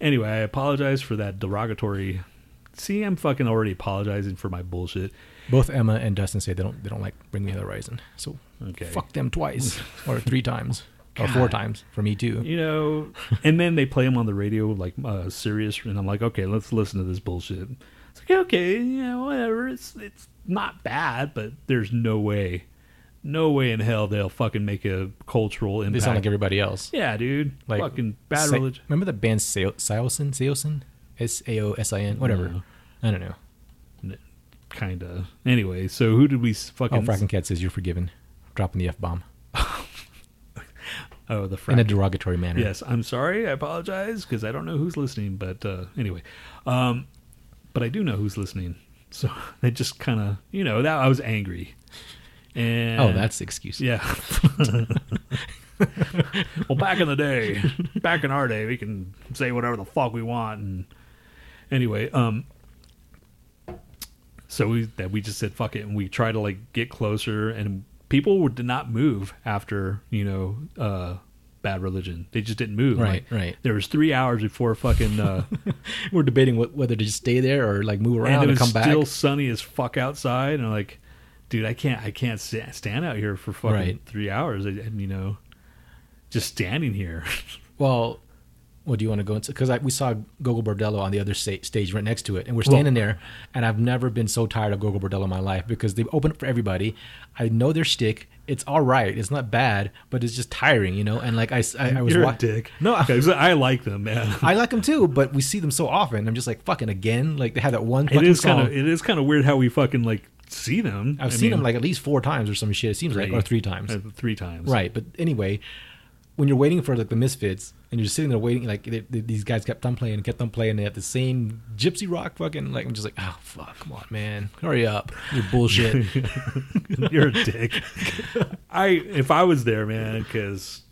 B: Anyway, I apologize for that derogatory. See, I'm fucking already apologizing for my bullshit.
A: Both Emma and Dustin say they don't they don't like Bring Me the Horizon. So
B: Okay.
A: fuck them twice or three times or four times for me too.
B: You know, and then they play them on the radio like uh, serious, and I'm like, okay, let's listen to this bullshit. It's like, okay, you know, whatever. It's it's not bad, but there's no way, no way in hell they'll fucking make a cultural impact.
A: They sound like everybody else.
B: yeah, dude,
A: Like
B: fucking bad
A: Sa-
B: religion.
A: Remember the band Sa- Saosin? Saosin? S A O S I N? Whatever.
B: No.
A: I don't know.
B: Kinda. Anyway, so who did we s-
A: Oh,
B: fucking?
A: Fracking Cat says you're forgiven. Dropping the F bomb
B: oh the
A: in a
B: fracking.
A: derogatory manner.
B: Yes, I'm sorry. I apologize because I don't know who's listening. But uh, anyway, um, but I do know who's listening. So I just kind of, you know, that I was angry. And
A: Oh, that's the excuse.
B: yeah. well, back in the day, back in our day, we can say whatever the fuck we want. And anyway, um, so we that we just said fuck it, and we try to like get closer, and people were, did not move after you know uh, bad religion. They just didn't move.
A: Right,
B: Like,
A: right.
B: There was three hours before fucking. Uh,
A: We're debating what, whether to just stay there or like move
B: and
A: around
B: it
A: and,
B: was
A: come
B: still
A: back.
B: sunny as fuck outside, and I'm like, dude, I can't, I can't sta- stand out here for fucking
A: Right.
B: three hours, I- and you know, just standing here.
A: Well, what do you want to go into? Because we saw Gogo Bordello on the other sta- stage right next to it, and we're standing there. And I've never been so tired of Gogo Bordello in my life because they've opened it for everybody. I know their shtick. It's all right. It's not bad, but it's just tiring, you know. And like I, s- I- I was
B: You're
A: wa-
B: a dick.
A: No, I,
B: Okay, so I like them, man.
A: I like them too, but we see them so often. I'm just like fucking again. Like they had that one.
B: It
A: Fucking
B: is
A: song.
B: kind of, it is kind of weird how we fucking like see them.
A: I've
B: I
A: seen
B: mean,
A: them like at least four times or some shit. It seems like or three times.
B: uh, three times,
A: Right, but anyway, when you're waiting for like the Misfits and you're sitting there waiting, like they, they- these guys kept on playing and kept on playing, and they had the same gypsy rock fucking like I'm just like, oh fuck, come on, man, hurry up, you're bullshit.
B: You're a dick. I if I was there, man, because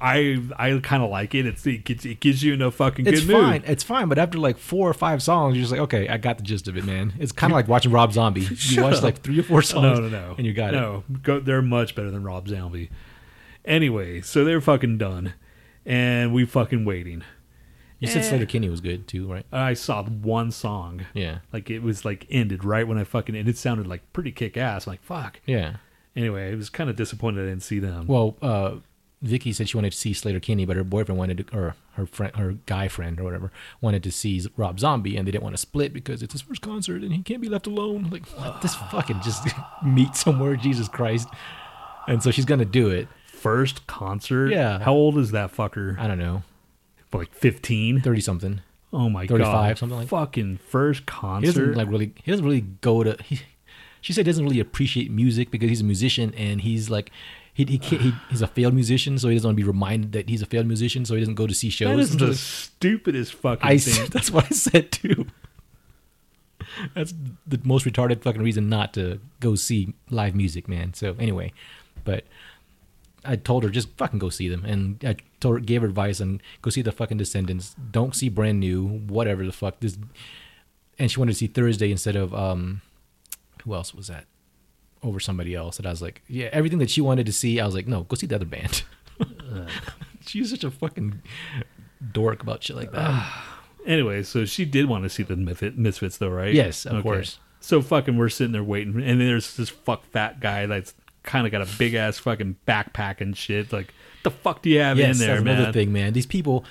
B: I I kind of like it. It's it gets it gives you in a fucking
A: it's
B: good mood.
A: fine, it's fine, but after like four or five songs, you're just like, okay, I got the gist of it, man. It's kind of like watching Rob Zombie. You
B: Shut
A: watch
B: up.
A: like three or four songs,
B: No, no, no.
A: and you got it.
B: no, Go, they're much better than Rob Zombie. Anyway, so they're fucking done, and we fucking waiting.
A: You said
B: Eh.
A: Slater Kinney was good too, right?
B: I saw one song.
A: Yeah,
B: Like it was like ended right when I fucking and it sounded like pretty kick ass. Like fuck.
A: yeah.
B: Anyway, I was kind of disappointed I didn't see them.
A: Well, uh, Vicky said she wanted to see Slater Kinney, but her boyfriend wanted to, or her friend, her guy friend or whatever, wanted to see Rob Zombie, and they didn't want to split because it's his first concert and he can't be left alone. Like, let this fucking just meet somewhere, Jesus Christ. And so she's gonna do it.
B: First concert.
A: Yeah.
B: How old is that fucker?
A: I don't know,
B: Like fifteen.
A: thirty something.
B: Oh my
A: 35,
B: god.
A: something like-
B: fucking first
A: He doesn't
B: concert.
A: like really. He doesn't really go to. He, she said he doesn't really appreciate music because he's a musician and he's like. He, he, can't, he he's a failed musician, so he doesn't want to be reminded that he's a failed musician, so he doesn't go to see shows.
B: that is
A: I'm just
B: the
A: like-
B: stupidest fucking
A: I
B: thing.
A: said, that's what I said too. That's the most retarded fucking reason not to go see live music, man. So anyway, but I told her just fucking go see them, and I told her gave her advice and go see the fucking Descendants. Don't see brand new, whatever the fuck this. And she wanted to see Thursday instead of um, who else was that? Over somebody else, and I was like, yeah, everything that she wanted to see, I was like, no, go see the other band. She's such a fucking dork about shit like that.
B: Anyway, so she did want to see the Mif- Misfits, though, right?
A: Yes, of course.
B: So fucking, we're sitting there waiting, and then there's this fuck fat guy that's kind of got a big ass fucking backpack and shit. Like, the fuck do you have
A: yes,
B: in there,
A: that's
B: man?
A: another thing, man. These people,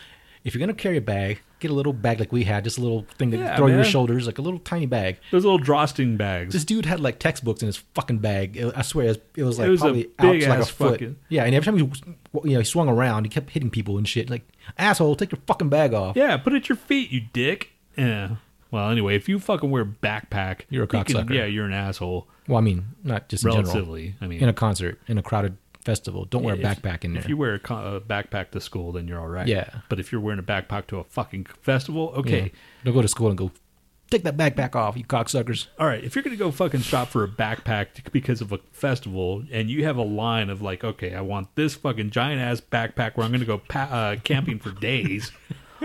A: if you're gonna carry a bag, get a little bag like we had, just a little thing to
B: Yeah,
A: throw on your
B: man.
A: shoulders, like a little tiny bag.
B: Those little Drosting bags.
A: This dude had like textbooks in his fucking bag. It- I swear, it was, it was like
B: was a
A: probably out
B: big
A: to, like a
B: ass
A: foot.
B: fucking-
A: Yeah, and every time he, w- you know, he swung around, he kept hitting people and shit. Like asshole, take your fucking bag off.
B: Yeah, put it at your feet, you dick. Yeah. Well, anyway, if you fucking wear a backpack,
A: You're a
B: you can-
A: cocksucker.
B: yeah, you're an asshole.
A: Well, I mean, not just in general.
B: Relatively, I mean,
A: In a concert, in a crowded festival, don't wear a
B: Yeah, if-
A: backpack in there.
B: If you wear a, co- a backpack to school, then you're all right.
A: Yeah.
B: But if you're wearing a backpack to a fucking festival, okay.
A: Yeah. Don't go to school and go take that backpack off, you cocksuckers.
B: All right. If you're gonna go fucking shop for a backpack t- because of a festival, and you have a line of like, okay, I want this fucking giant ass backpack where I'm gonna go pa- uh, camping for days,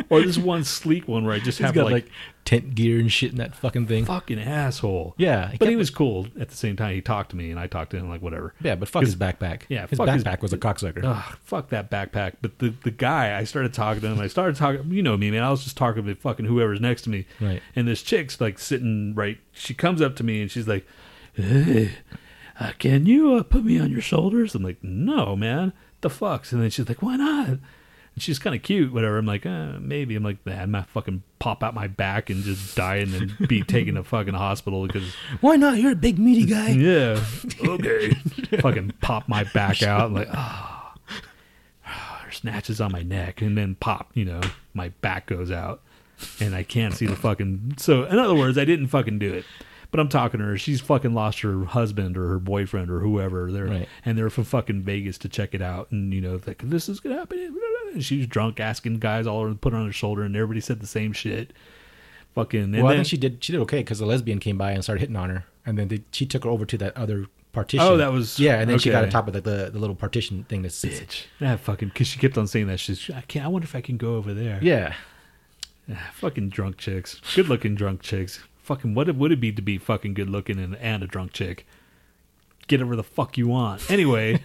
B: or this one sleek one where I just
A: He's
B: have
A: got
B: like,
A: like, tent gear and shit in that fucking thing.
B: fucking asshole.
A: Yeah, he
B: But he
A: kept-
B: was cool at the same time. He talked to me, and I talked to him like whatever.
A: Yeah, but fuck his backpack.
B: Yeah,
A: his
B: fuck his-
A: backpack was a cocksucker.
B: Ugh, fuck that backpack. But the, the guy, I started talking to him. I started talking, you know me, man. I was just talking to fucking whoever's next to me.
A: Right.
B: And this chick's like sitting right. She comes up to me and she's like, "Hey, uh, can you uh, put me on your shoulders?" I'm like, "No, man. The fucks." And then she's like, "Why not?" And she's kind of cute, whatever. I'm like, uh, maybe. I'm like, man, my fucking pop out my back and just die and then be taken to fucking hospital because
A: Why not? You're a big meaty guy.
B: yeah. Okay. Fucking pop my back out. Like, ah. there's snatches on my neck. And then pop, you know, my back goes out. And I can't see the fucking. So, in other words, I didn't fucking do it. But I'm talking to her. She's fucking lost her husband or her boyfriend or whoever. They're,
A: Right.
B: And they're from fucking Vegas to check it out. And, you know, like, this is going to happen. And she was drunk, asking guys all over, put her on her shoulder. And everybody said the same shit. Fucking. And
A: well, I
B: then-
A: think she did. She did okay because the lesbian came by and started hitting on her, and then they, she took her over to that other partition.
B: Oh, that was-
A: yeah. And then she got
B: okay.
A: on top of the, the, the little partition thing that sits.
B: bitch. That Ah, fucking because she kept on saying that she's. I can't. I wonder if I can go over there.
A: Yeah,
B: Fucking drunk chicks. Good looking drunk chicks. Fucking what it- would it be to be fucking good looking and, and a drunk chick? Get over the fuck you want. Anyway.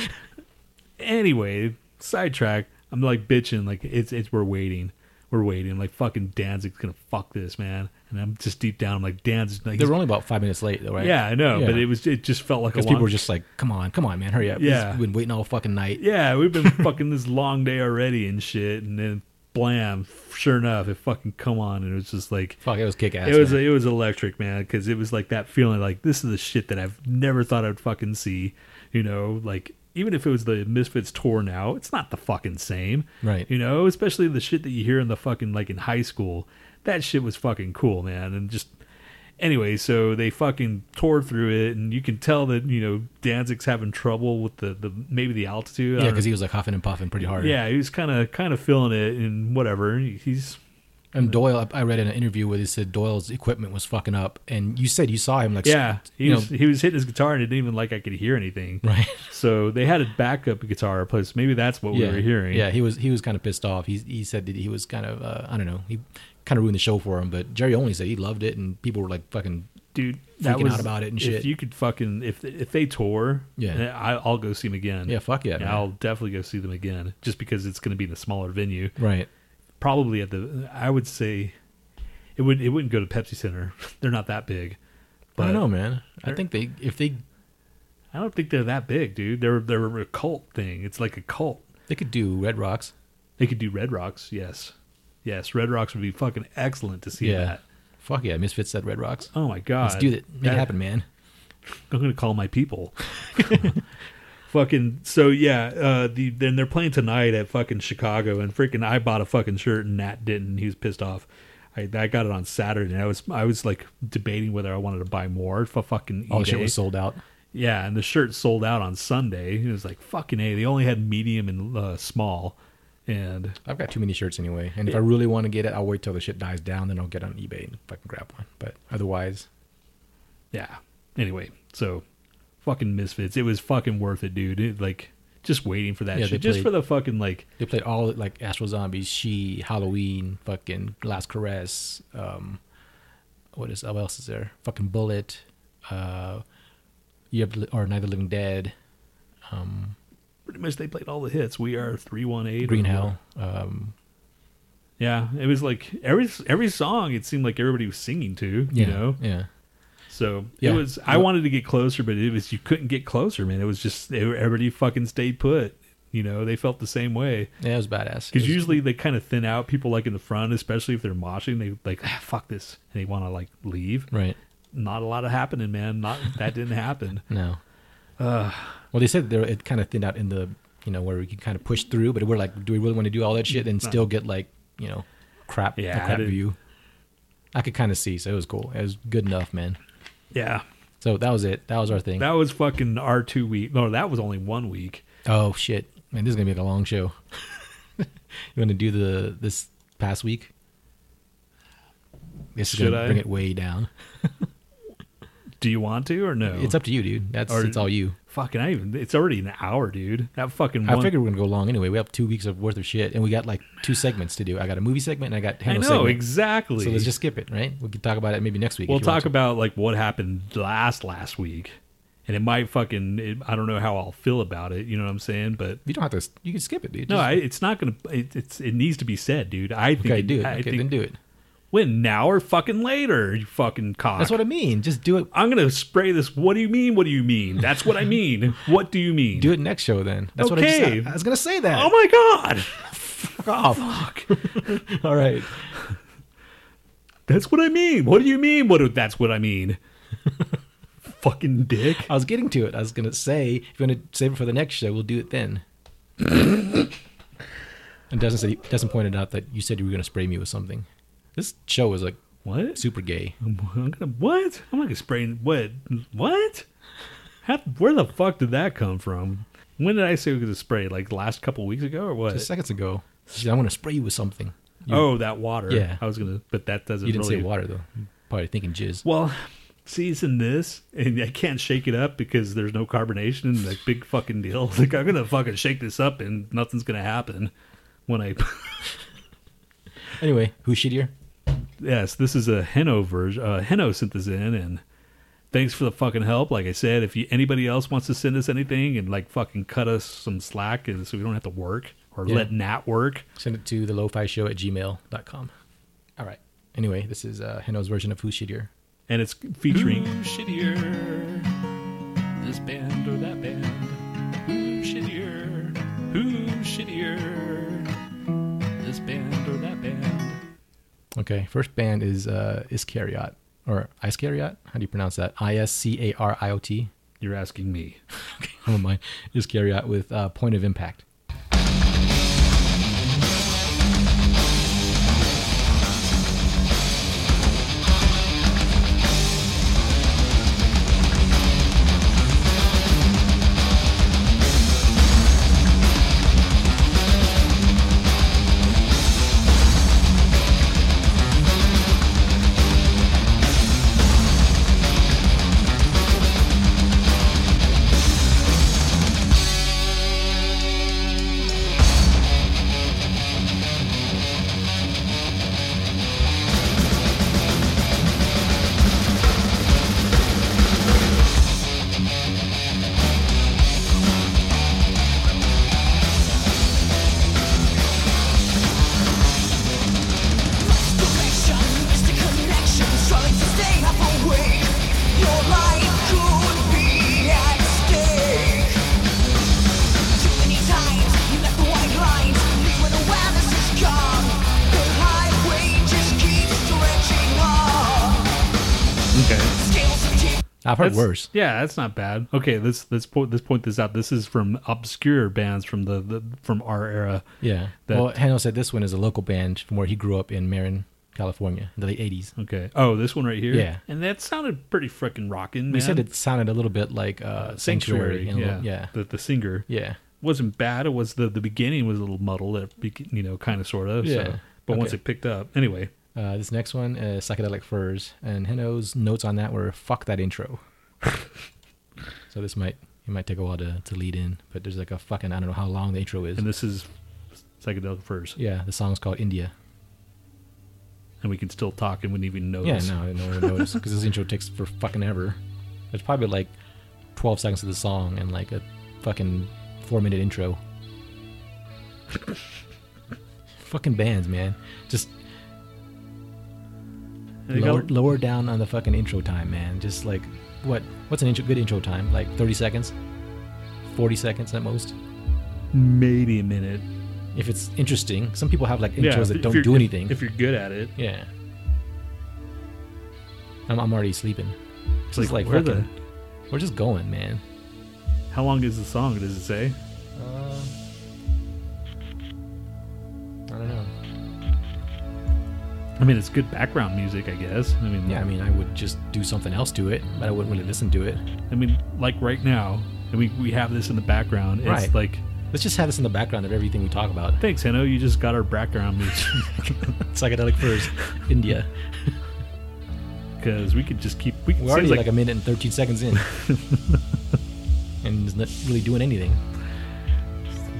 B: anyway, sidetrack. I'm like bitching. Like it's it's we're waiting. We're waiting. Like fucking Danzig's gonna fuck this man. And I'm just deep down. I'm like Danzig's like.
A: they were only about five minutes late, though, right?
B: yeah, I know.
A: Yeah.
B: But it was. It just felt like a
A: because
B: long
A: people were just like, "Come on, come on, man, hurry up!"
B: Yeah.
A: We've been waiting all fucking night.
B: yeah, we've been fucking this long day already and shit. And then blam, sure enough, it fucking come on, and it was just like
A: Fuck, it was kick ass.
B: it was it was electric, man, because it was like that feeling like this is the shit that I've never thought I'd fucking see. You know, like even if it was the Misfits tour now, it's not the fucking same,
A: Right.
B: You know, especially the shit that you hear in the fucking like in high school. That shit was fucking cool, man, and just. Anyway, so they fucking tore through it, and you can tell that you know Danzig's having trouble with the, the maybe the altitude. I
A: yeah,
B: don't
A: because he was like huffing and puffing pretty hard.
B: yeah, he was kind of kind of feeling it and whatever. He's
A: And Doyle, I I read in an interview where they said Doyle's equipment was fucking up, and you said you saw him like s-
B: yeah, he
A: you
B: was
A: know,
B: he was hitting his guitar and it didn't even like I could hear anything.
A: right.
B: So they had a backup guitar place. Maybe that's what we were hearing.
A: Yeah, he was he was kind of pissed off. He he said that he was kind of uh, I don't know he kind of ruined the show for him. But Jerry only said he loved it, and people were like fucking
B: dude, that
A: Freaking
B: was
A: out about it and
B: if
A: shit.
B: you could fucking if if they tore,
A: Yeah.
B: I, I'll go see them again.
A: yeah fuck yeah, man.
B: I'll definitely go see them again just because it's going to be in a smaller venue.
A: right
B: Probably at the I would say it would it wouldn't go to Pepsi Center. They're not that big.
A: I don't know man I think they if they
B: I don't think they're that big, dude. They're they're a cult thing. It's like a cult.
A: they could do Red Rocks
B: They could do Red Rocks, yes. Yes, Red Rocks would be fucking excellent to see
A: yeah
B: that.
A: fuck yeah Misfits at Red Rocks
B: Oh my god.
A: let's do that make
B: That-
A: it happen man
B: I'm gonna call my people. fucking so yeah, uh the then they're playing tonight at fucking Chicago and freaking I bought a fucking shirt and Nat didn't. He was pissed off. I, I got it on Saturday and I was I was like debating whether I wanted to buy more for fucking
A: all Oh, the shit
B: eBay.
A: was sold out
B: Yeah, and the shirt sold out on Sunday. It was like fucking a. They only had medium and uh, small, and
A: I've got too many shirts anyway and if I really want to get it I'll wait till the shit dies down then I'll get on eBay and fucking grab one but otherwise
B: yeah. Anyway, so fucking misfits. It was fucking worth it, dude. It, like just waiting for that
A: Yeah, they
B: shit, just
A: played-
B: for the fucking like
A: They played all like Astro Zombies, She, Halloween, fucking Last Caress. Um, what is what else is there? Fucking Bullet. Uh, you have or Night of the Living Dead. Um,
B: pretty much they played all the hits. We are three one eight
A: Green Hell. Um,
B: Yeah, it was like every every song. It seemed like everybody was singing to.
A: yeah,
B: You know,
A: yeah.
B: So
A: Yeah.
B: it was. I wanted to get closer, but it was you couldn't get closer, man. It was just everybody fucking stayed put. You know, they felt the same way
A: Yeah, it was badass. It
B: because
A: was-
B: usually they kind of thin out people like in the front, especially if they're moshing. They like ah, fuck this, and they want to like leave.
A: right.
B: Not a lot of happening, man. Not that didn't happen.
A: No. well, they said there it kind of thinned out in the you know where we can kind of push through, but we're like, do we really want to do all that shit and still get like you know crap a
B: Yeah, I
A: crap
B: didn't-
A: view? I could kind of see, so it was cool. It was good enough, man.
B: Yeah,
A: So that was it. That was our thing.
B: that was fucking our two week. No, that was only one week.
A: oh shit, man, this is gonna be like a long show. you want to do the this past week? This is
B: Should
A: gonna
B: I?
A: bring it way down.
B: Do you want to or no?
A: It's up to you, dude. That's
B: Or-
A: it's all you.
B: fucking. I even. It's already an hour, dude. That fucking.
A: I
B: one-
A: figured we're gonna go long anyway. We have two weeks of worth of shit, and we got like two segments to do. I got a movie segment, and I got
B: I
A: handle
B: know
A: segment.
B: exactly.
A: So let's just skip it, right? We can talk about it maybe next week.
B: We'll
A: if you want
B: talk about like what happened last last week, and it might fucking. It, I don't know how I'll feel about it. You know what I'm saying? But
A: to. You don't have to. You can skip it, dude.
B: no,
A: Just-
B: I, it's not gonna. It, it's it needs to be said, dude. I think.
A: okay, do it.
B: I
A: okay,
B: think
A: then do it.
B: when now or fucking later. You fucking cock.
A: That's what I mean. Just do it.
B: I'm gonna spray this. What do you mean? What do you mean? That's what I mean. What do you mean?
A: Do it next show then. That's what I,
B: Okay.
A: just, I was gonna say. That.
B: Oh my god!
A: fuck off. All right.
B: That's what I mean. What do you mean? What? do- That's what I mean. fucking dick.
A: I was getting to it. I was gonna say if you want to save it for the next show, we'll do it then. and doesn't say doesn't pointed out that you said you were gonna spray me with something. This show is like
B: What?
A: super gay.
B: I'm gonna what? I'm gonna spray what? What? How, where the fuck did that come from? When did I say we could spray? Like last couple weeks ago or what?
A: Just seconds ago, she said, "I want to spray you with something." You,
B: oh, that water.
A: Yeah.
B: I was gonna, but that doesn't.
A: you didn't
B: really,
A: say water though. Probably thinking jizz.
B: Well, see, it's in this, and I can't shake it up because there's no carbonation. and Like big fucking deal. Like I'm gonna fucking shake this up, and nothing's gonna happen. When I
A: Anyway, who's shittier?
B: yes, this is a Heno version. Uh, Heno sent this in, and thanks for the fucking help. Like I said, if you, anybody else wants to send us anything and like fucking cut us some slack, and so we don't have to work or
A: Yeah.
B: let Nat work.
A: Send it to the lofi show at gmail.com. All right. Anyway, this is uh, Hino's version of Who's Shittier.
B: And it's featuring
D: Who's shittier? This band or that band? Who's shittier? Who's shittier? This band or that band?
A: Okay. First band is uh, Iscariot or Iscariot. How do you pronounce that? I S C A R I O T.
B: you're asking me.
A: Okay. Never mind. Iscariot with uh, Point of Impact.
E: Direction is the connection, trying to stay half awake. Your life could be at stake. Too many times you left the white lines, leave when awareness is gone. The highway just keeps stretching on.
B: Okay,
E: Scales of tears.
A: I've heard
B: That's-
A: worse.
B: Yeah, that's not bad. Okay, let's let's point let's point this out. This is from obscure bands from the, the from our era.
A: Yeah.
B: That-
A: well, Hino said this one is a local band from where he grew up in Marin, California, in the late 80s.
B: Okay. Oh, this one right here.
A: Yeah.
B: and that sounded pretty freaking rocking. Man.
A: He said it sounded a little bit like uh, Sanctuary. you know,
B: yeah,
A: yeah.
B: The, the singer.
A: Yeah.
B: wasn't bad. It was the the beginning was a little muddled, at be- you know, kind of sort of.
A: Yeah.
B: So, but once
A: Okay.
B: it picked up, anyway.
A: Uh, this next one, uh, Psychedelic Furs. And Hino's notes on that were fuck that intro. So this might it might take a while to, to lead in, but there's like a fucking I don't know how long the intro is.
B: And this is psychedelic furs,
A: yeah, the song's called India.
B: and we can still talk and wouldn't even
A: Yeah,
B: notice.
A: no, no one noticed because this intro takes for fucking ever. There's probably like 12 seconds of the song and like a fucking four minute intro. fucking bands, man. Just
B: And they
A: lower,
B: got-
A: lower down on the fucking intro time, man. Just like what? What's an intro, good intro time? Like 30 seconds, 40 seconds at most.
B: maybe a minute.
A: If it's interesting, some people have like intros
B: if-
A: that
B: if
A: don't
B: you're-
A: do
B: if-
A: anything.
B: If you're good at it,
A: yeah, I'm, I'm already sleeping.
B: it's
A: This is
B: like,
A: like
B: where
A: fucking- We're just going, man.
B: the? How long is the song? Does it say?
A: I don't know.
B: I mean, it's good background music, I guess. I mean,
A: Yeah, I mean, I would just do something else to it, but I wouldn't really listen to it.
B: I mean, like right now, and we we have this in the background. It's
A: Right.
B: like,
A: Let's just have this in the background of everything we talk about.
B: thanks, Heno. You just got our background music
A: Psychedelic Furs, India.
B: because we could just keep. We could,
A: We're already
B: seems
A: like,
B: like
A: a minute and 13 seconds in. and it's not really doing anything.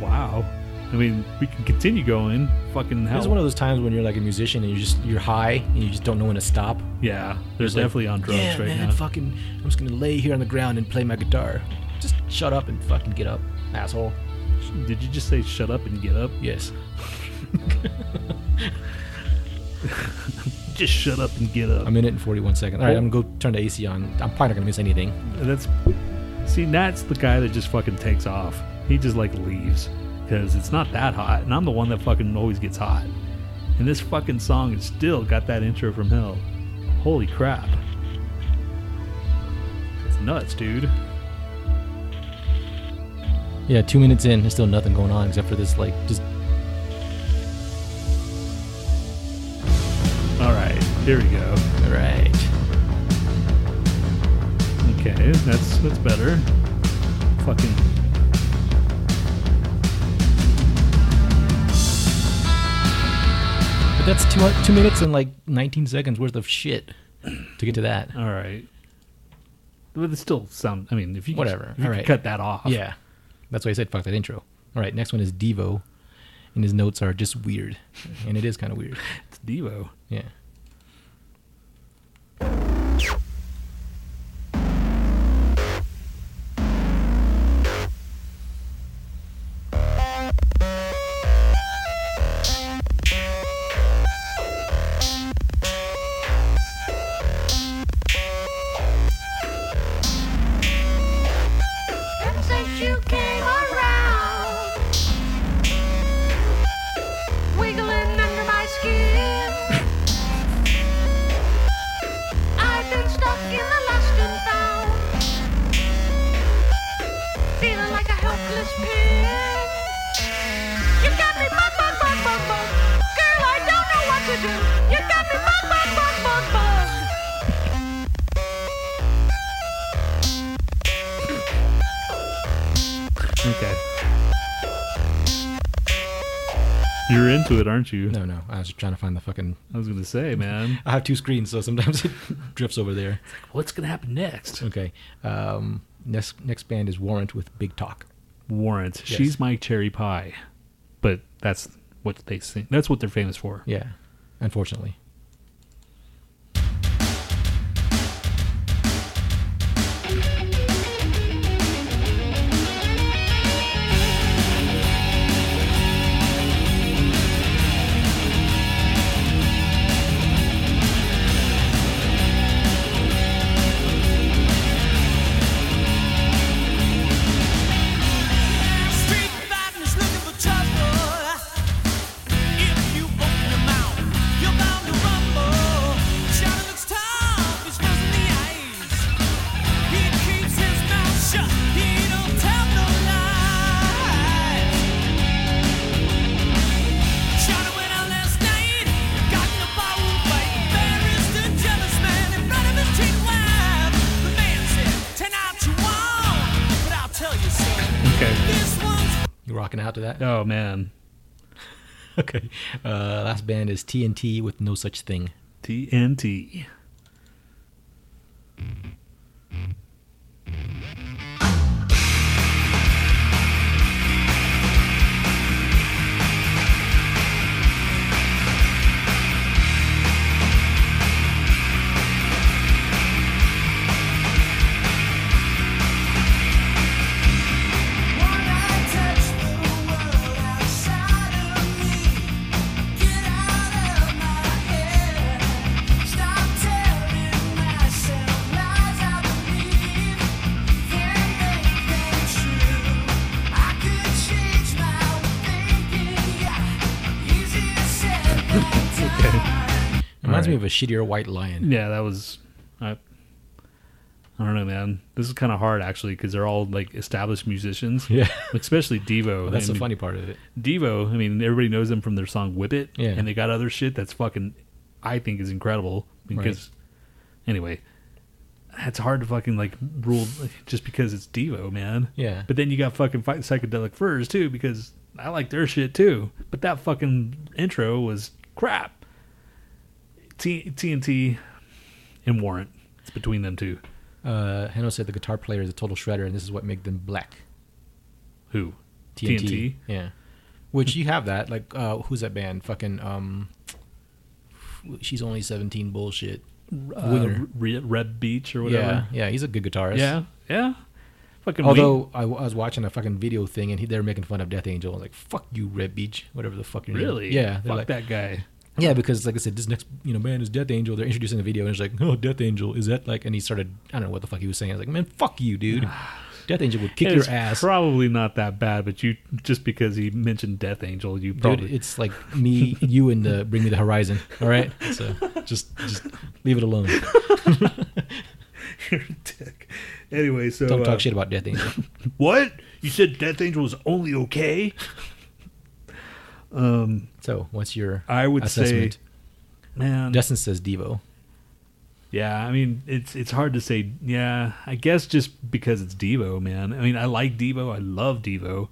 B: Wow. I mean, we can continue going. Fucking hell.
A: It's one of those times when you're like a musician and you're just, you're high and you just don't know when to stop.
B: yeah, they're
A: Like,
B: definitely on drugs
A: yeah,
B: right
A: man,
B: now.
A: fucking, I'm just going to lay here on the ground and play my guitar. Just shut up and fucking get up, asshole.
B: Did you just say shut up and get up?
A: Yes.
B: Just shut up and get up.
A: A minute and 41 seconds. All right, I'm going to go turn the AC on. I'm probably not going to miss anything.
B: that's see, Nat's the guy that just fucking takes off. He just like leaves because it's not that hot, and I'm the one that fucking always gets hot. And this fucking song has still got that intro from hell. Holy crap! It's nuts, dude.
A: Yeah, two minutes in, there's still nothing going on except for this, like, just.
B: All right, here we go.
A: All right.
B: Okay, that's that's better. Fucking.
A: But that's two, two minutes and, like, 19 seconds worth of shit to get to that.
B: All right. But it still sound. I mean, if you could-
A: Whatever,
B: if you
A: all
B: could
A: right.
B: cut that off.
A: Yeah. That's why I said fuck that intro. All right, next one is Devo, and his notes are just weird. And it is kind of weird.
B: it's Devo.
A: Yeah.
F: Ever since you came around, wiggling under my skin, I've been stuck in the lost and found, feeling like a helpless pig. You got me bug, bug, bug, bug, bug. Girl, I don't know what to do. You got me bug, bug, bug, bug, bug.
B: Okay. You're into it, aren't you?
A: No, no. I was just trying to find the fucking.
B: I was gonna say, man.
A: I have two screens, so sometimes it drifts over there.
B: What's gonna happen next?
A: Okay. Um, next, next band is Warrant with Big Talk.
B: Warrant. She's my cherry pie, but that's what they sing. That's what they're famous for.
A: Yeah, unfortunately.
E: Street fighting is looking for trouble. If you open your mouth, you're bound to rumble. Shadow looks tough, he's closing the eyes. He keeps his mouth shut, he don't tell no lies. Shadow went out last night, got in a barroom fight. Embarrassed and jealous man in front of his cheap wife. The man said, "Ten out you want, but I'll tell you son."
B: Okay.
E: This one's
A: You rocking out to that?
B: Oh man.
A: Okay. Uh, last band is TNT with No Such Thing.
B: TNT.
E: I
A: reminds me
B: right.
A: of a shittier white lion.
B: Yeah, that was. I, I don't know, man. This is kind of hard actually because they're all like established musicians.
A: Yeah.
B: especially Devo.
A: But that's
B: I
A: the
B: mean,
A: funny part of it.
B: Devo. I mean, everybody knows them from their song "Whip It,"
A: Yeah.
B: and they got other shit that's fucking. I think is incredible because, anyway, it's hard to fucking like rule just because it's Devo, man.
A: Yeah.
B: But then you got fucking fight psychedelic furs too because I like their shit too. But that fucking intro was crap. T- TNT and Warrant. It's between them two.
A: Uh, Hanno said the guitar player is a total shredder, and this is what made them black.
B: Who?
A: TNT.
B: TNT?
A: Yeah. Which you have that. Like, uh, who's that band? Fucking, um, she's only 17 bullshit.
B: Uh,
A: Winger.
B: Re- Red Beach or
A: Yeah.
B: whatever.
A: Yeah. He's a good guitarist.
B: Yeah. Yeah. Fucking
A: Although I, w- I was watching a fucking video thing and he, they were making fun of Death Angel. I was like, "Fuck you, Red Beach, whatever the fuck." Your
B: Wheat.
A: name-
B: really,
A: Yeah. they're
B: fuck
A: like,
B: that guy.
A: Yeah, because like I said, this next you know man is Death Angel. They're introducing the video and it's like, "Oh, Death Angel is that like?" And he started, I don't know what the fuck he was saying. I was like, "Man, fuck you, dude. Death Angel would kick
B: It's
A: your ass."
B: Probably not that bad, but you just because he mentioned Death Angel, you probably
A: Dude, it's like me, you, and the Bring Me the Horizon. All right, so just just leave it alone.
B: you're a dick. Anyway, so
A: Don't
B: uh,
A: talk shit about Death Angel.
B: What you said? Death Angel was only okay.
A: So, what's your
B: I would
A: assessment?
B: Man,
A: Justin says Devo.
B: Yeah, I mean it's it's hard to say. Yeah, I guess just because it's Devo, man. I mean, I like Devo. I love Devo.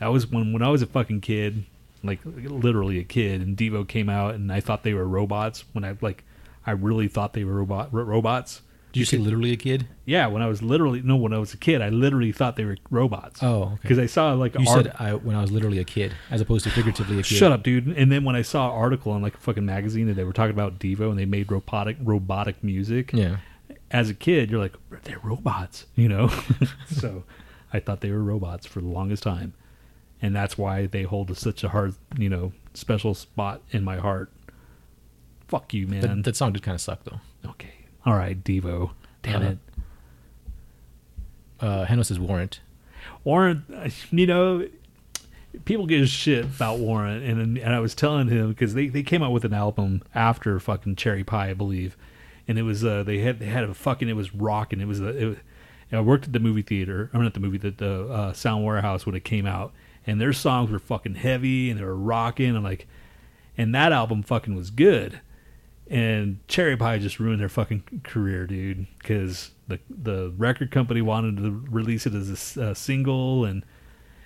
B: I was when when I was a fucking kid, like literally a kid, and Devo came out, and I thought they were robots. When I like, I really thought they were robot ro- robots.
A: Did you say literally a kid?
B: Yeah, when I was literally no, when I was a kid, I literally thought they were robots.
A: Oh, okay.
B: because I saw like
A: You
B: art-
A: said I, when I was literally a kid, as opposed to figuratively a kid.
B: Shut up, dude. And then when I saw an article on like a fucking magazine that they were talking about Devo and they made robotic robotic music.
A: Yeah.
B: As a kid, you're like, they're robots, you know? so I thought they were robots for the longest time. And that's why they hold such a hard, you know, special spot in my heart. Fuck you, man.
A: That, that song did kind of suck though.
B: okay. All right, Devo. Damn
A: Uh,
B: it.
A: Uh, Hanno says Warrant.
B: Warren, you know, people give a shit about Warren, and and I was telling him because they, they came out with an album after fucking Cherry Pie, I believe, and it was uh they had they had a fucking it was rock and it was a, it, and I worked at the movie theater or not the movie the the uh, sound warehouse when it came out, and their songs were fucking heavy and they were rocking. I'm like, and that album fucking was good. And Cherry Pie just ruined their fucking career, dude, because the the record company wanted to release it as a s- a single, and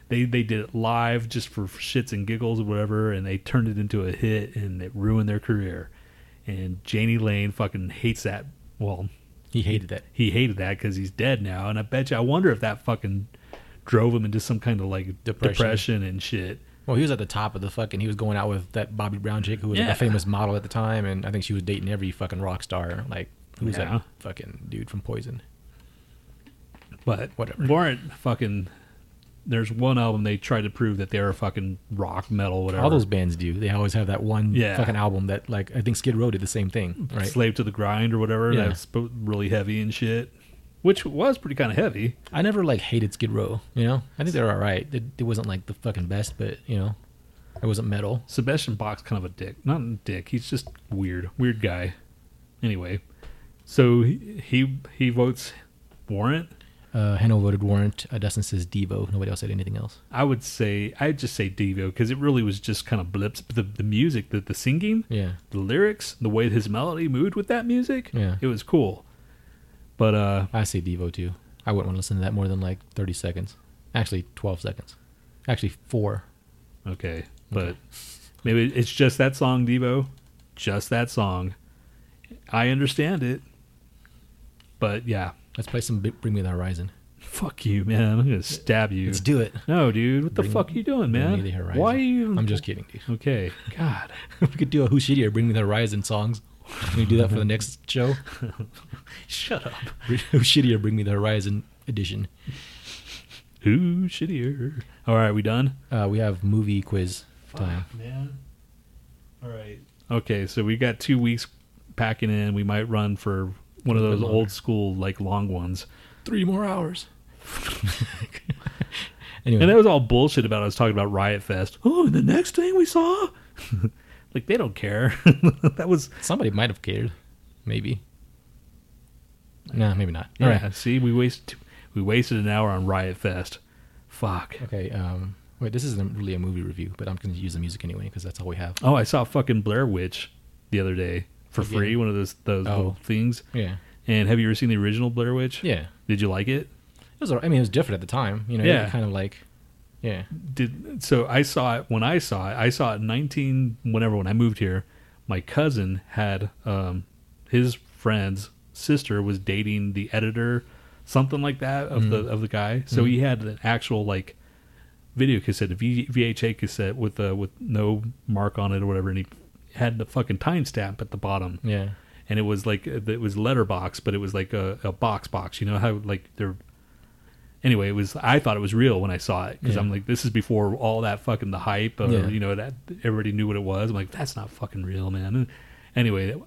B: they they did it live just for shits and giggles or whatever, and they turned it into a hit, and it ruined their career. And Janie Lane fucking hates that. Well,
A: He hated that.
B: he hated that because he's dead now, and I bet you, I wonder if that fucking drove him into some kind of like
A: Depression.
B: depression and shit.
A: Well, he was at the top of the fucking. He was going out with that Bobby Brown chick who was
B: Yeah.
A: like a famous model at the time, and I think she was dating every fucking rock star. Like who was
B: Yeah.
A: that fucking dude from Poison?
B: But
A: Whatever.
B: Warrant fucking. There's one album they tried to prove that they were fucking rock metal whatever.
A: All those bands do. They always have that one
B: Yeah.
A: fucking album that like I think Skid Row did the same thing, right?
B: Slave to the Grind or whatever.
A: Yeah.
B: That's sp- really heavy and shit, which was pretty kind of heavy.
A: I never like hated Skid Row. You know, I think they were all right. It, it wasn't like the fucking best, but you know, it wasn't metal.
B: Sebastian Bach's kind of a dick. Not a dick. He's just weird. Weird guy. Anyway, so he he, he votes Warrant.
A: Uh, Hanno voted Warrant. Uh, Dustin says Devo. Nobody else said anything else.
B: I would say I'd just say Devo because it really was just kind of blips. But the the music, the the singing,
A: Yeah.
B: the lyrics, the way his melody moved with that music,
A: Yeah.
B: it was cool. But uh,
A: I say Devo too. I wouldn't want to listen to that more than like 30 seconds. Actually, 12 seconds. Actually, four.
B: Okay, but maybe it's just that song, Devo. Just that song. I understand it, but yeah,
A: Let's play some B- Bring Me the Horizon.
B: fuck you, man. I'm gonna stab you.
A: Let's do it.
B: no, dude, what the
A: Bring-
B: fuck are you doing,
A: Bring
B: man?
A: Me the Horizon.
B: Why are you?
A: I'm just kidding, dude.
B: okay. God,
A: we could do a Who's Shittier Bring Me the Horizon songs. Can we do that for the next show?
B: shut up.
A: Who's Shittier Bring Me the Horizon edition.
B: Who shittier? All right, we done.
A: Uh, we have movie quiz time.
B: man. All right. Okay, so we got two weeks packing in. We might run for one of
A: little
B: those
A: bit
B: old school, like long ones.
A: Three more hours.
B: And
A: anyway,
B: that was all bullshit about I was talking about Riot Fest. Oh, and the next thing we saw, Like they don't care. that was
A: Somebody might have cared, maybe. Nah, maybe not. All
B: yeah.
A: right.
B: See, we wasted we wasted an hour on Riot Fest. Fuck.
A: Okay. Um, wait, this isn't really a movie review, but I'm going to use the music anyway because that's all we have.
B: Oh, I saw fucking Blair Witch the other day for
A: Again.
B: free. One of those those little
A: Oh.
B: things.
A: Yeah.
B: And have you ever seen the original Blair Witch?
A: Yeah.
B: Did you like it?
A: It was. all right. I mean, it was different at the time. You know. it
B: Yeah.
A: Kind of like. Yeah.
B: did so I saw it when I saw it. I saw it in 19 whenever when I moved here. My cousin had um, his friend's sister was dating the editor, something like that of the of the guy. So he had an actual like video cassette, a v- VHA cassette with uh, with no mark on it or whatever, and he had the fucking timestamp at the bottom
A: Yeah.
B: and it was like it was letterbox, but it was like a, a box box. You know how like they're. Anyway, it was. I thought it was real when I saw it because
A: Yeah.
B: I'm like, this is before all that fucking the hype, or
A: Yeah.
B: you know that everybody knew what it was. I'm like, that's not fucking real, man. And anyway, it,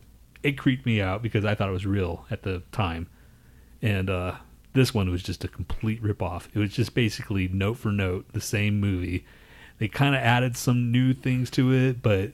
B: it creeped me out because I thought it was real at the time, and uh, this one was just a complete ripoff. It was just basically note for note the same movie. They kind of added some new things to it, but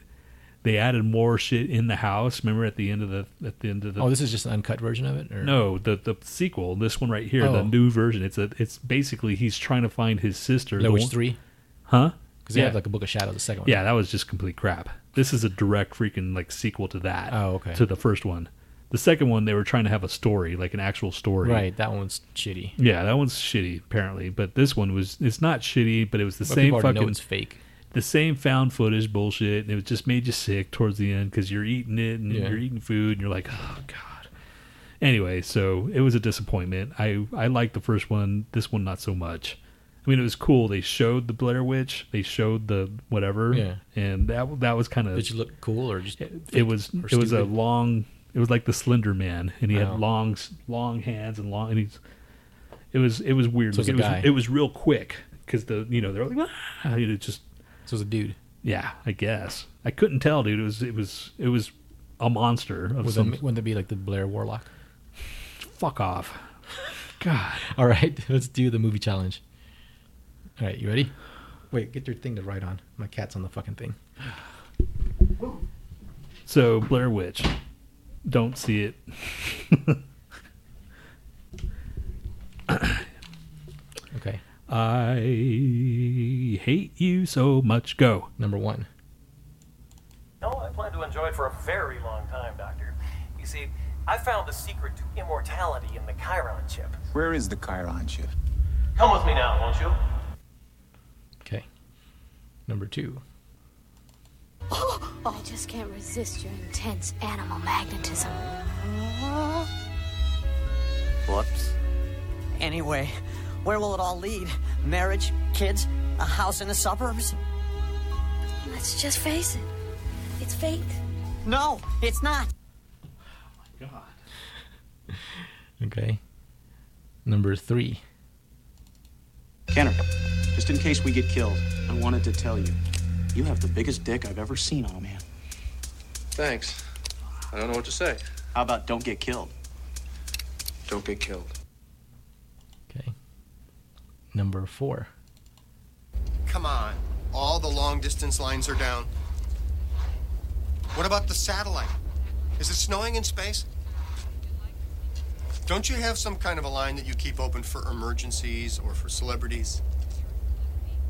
B: they added more shit in the house. Remember at the end of the at the end of the
A: Oh, this is just an uncut version of it. Or?
B: no the the sequel, this one right here,
A: Oh.
B: the new version. It's a it's basically he's trying to find his sister.
A: Blair
B: the
A: Witch
B: one-
A: Three.
B: huh?
A: Because they
B: yeah,
A: have like a Book of Shadows, the second one.
B: yeah, that was just complete crap. This is a direct freaking like sequel to that.
A: Oh, okay.
B: To the first one. The second one, they were trying to have a story, like an actual story.
A: Right. That one's shitty.
B: Yeah, that one's shitty apparently, but this one was it's not shitty, but it was the
A: But
B: same
A: people already
B: fucking
A: know it's fake.
B: the same found footage bullshit, and it was just made you sick towards the end because you're eating it and
A: Yeah.
B: you're eating food, and you're like, oh god. Anyway, so it was a disappointment. I I liked the first one, this one not so much. I mean, it was cool. They showed the Blair Witch, they showed the whatever,
A: Yeah.
B: and that that was kind of
A: Did you look cool or just?
B: it was
A: or
B: it was
A: stupid?
B: a
A: Oh.
B: long it was like the Slender Man, and he
A: Wow.
B: had long s- long hands and long and he's it was it was weird.
A: So it's
B: looking.
A: a
B: it was
A: guy.
B: it was real quick because the you know they're like ah, it just
A: This was a dude.
B: yeah, I guess. I couldn't tell, dude. It was it was it was a monster of
A: Was
B: some
A: that, wouldn't that be like the Blair Warlock?
B: fuck off. God.
A: All right, let's do the movie challenge. All right, you ready? Wait, get your thing to write on. My cat's on the fucking thing.
B: So Blair Witch. Don't see it.
A: Okay,
B: I hate you so much. Go.
A: number one.
G: No, Oh, I plan to enjoy it for a very long time, Doctor. You see, I found the secret to immortality in the Chiron chip.
H: Where is the Chiron ship?
G: Come with me now, won't you?
A: Okay, number two.
I: I just can't resist your intense animal magnetism.
J: Whoops. Anyway, where will it all lead? Marriage, kids, a house in the suburbs?
I: Let's just face it. It's fate.
J: No, it's not.
B: God.
A: Okay, number three.
K: Kenner, just in case we get killed, I wanted to tell you, you have the biggest dick I've ever seen on a man.
L: Thanks. I don't know what to say.
K: How about don't get killed?
L: Don't get killed.
A: Okay, number four.
H: Come on. All the long distance lines are down. What about the satellite? Is it snowing in space? Don't you have some kind of a line that you keep open for emergencies or for celebrities?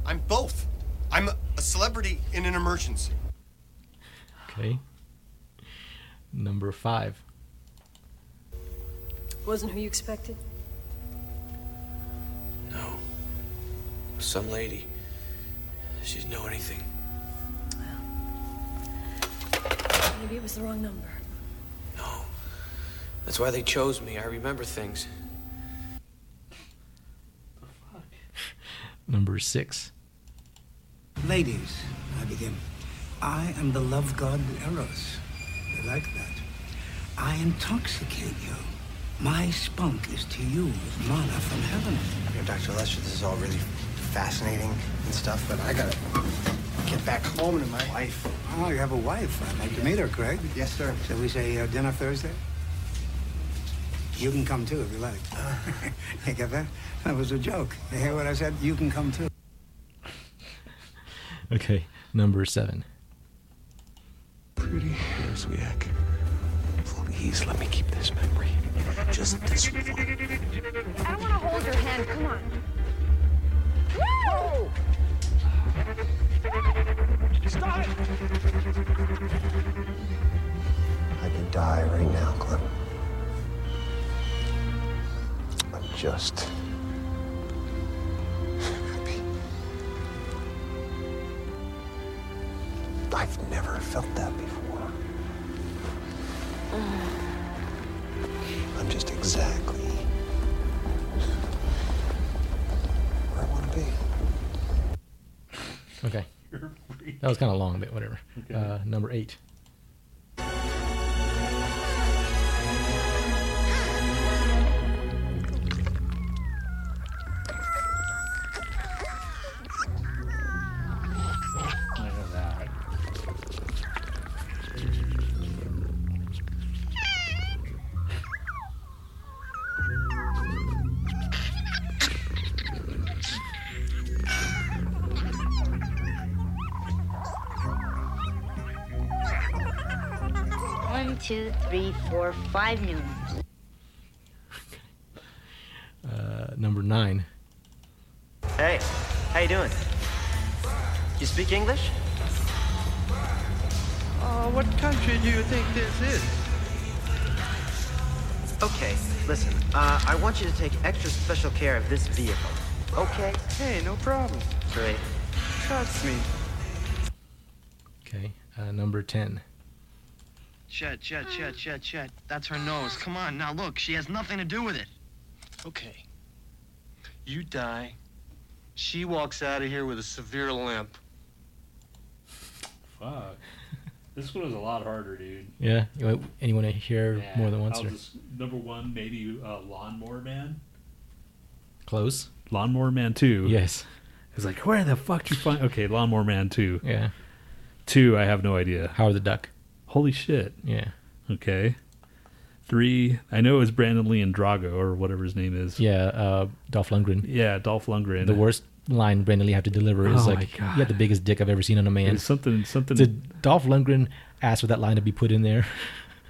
H: I'm both. I'm a celebrity in an emergency.
A: Okay, number five.
I: Wasn't who you expected?
L: No. Some lady. She didn't know anything.
I: Maybe it was the wrong number.
L: No. That's why they chose me. I remember things.
A: Number six.
K: Ladies, I begin. I am the love god Eros. They like that. I intoxicate you. My spunk is to you as mana from heaven.
H: Dr. Lester, this is all really fascinating and stuff, but I gotta get back home to my wife.
K: Oh, you have a wife. I'd like to meet her, Craig.
H: Yes, sir.
K: Shall we say uh, dinner Thursday? You can come too if you like.
H: Uh-huh.
K: you get that? That was a joke. You hear what I said? You can come too.
A: Okay, number seven.
L: pretty. Newsweek. Please let me keep this memory. Just this one.
F: I don't want to hold your hand. Come on. Woo! Stop it!
M: I could die right now, Clem. I'm just happy. I've never felt that before. I'm just exactly where I want to be.
A: Okay. That was kind of long, but whatever. Uh, number eight.
B: Look at that.
N: One, two, three, four, five Newtons.
A: Uh, number nine.
O: Hey, how you doing? You speak English?
P: Oh, what country do you think this is?
O: Okay, listen, uh, I want you to take extra special care of this vehicle. Okay?
P: Hey, no problem.
O: Great.
P: Trust me.
A: Okay. Uh, number ten.
Q: Chet, Chet, Chet, Chet, Chet. That's her nose. Come on, now look. She has nothing to do with it. Okay. You die. She walks out of here with a severe limp.
B: Fuck. This one was a lot harder, dude.
A: Yeah. You want anyone to hear
B: Yeah,
A: more than once?
B: I'll
A: Or?
B: just- number one, maybe uh, Lawnmower Man.
A: Close.
B: Lawnmower Man 2.
A: Yes.
B: It's like, where the fuck you find. Okay, Lawnmower Man 2.
A: Yeah.
B: 2, I have no idea.
A: Howard the Duck.
B: Holy shit.
A: Yeah.
B: Okay. 3, I know it was Brandon Lee and Drago or whatever his name is.
A: Yeah. Uh, Dolph Lundgren.
B: Yeah, Dolph Lundgren.
A: The worst line Brandon Lee had to deliver is
B: Oh my
A: like, "You got the biggest dick I've ever seen on a man."
B: It's something- something-
A: Did Dolph Lundgren ask for that line to be put in there?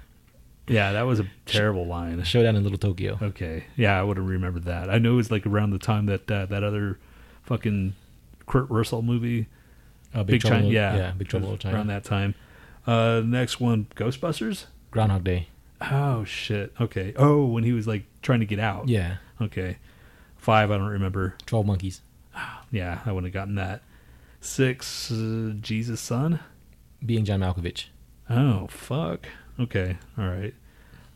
B: Yeah, that was a terrible line.
A: Showdown in Little Tokyo.
B: Okay. Yeah, I would have remembered that. I know it was like around the time that uh, that other fucking Kurt Russell movie,
A: Uh, Big Trouble
B: China.
A: in-
B: Yeah,
A: yeah, Big Trouble in Little
B: Around
A: China.
B: that time. Uh, next one, Ghostbusters.
A: Groundhog Day.
B: Oh shit. Okay. Oh, when he was like trying to get out.
A: Yeah.
B: Okay. Five. I don't remember.
A: Twelve Monkeys.
B: Yeah, I wouldn't have gotten that. Six. Uh, Jesus Son.
A: Being John Malkovich.
B: Oh fuck. Okay. All right.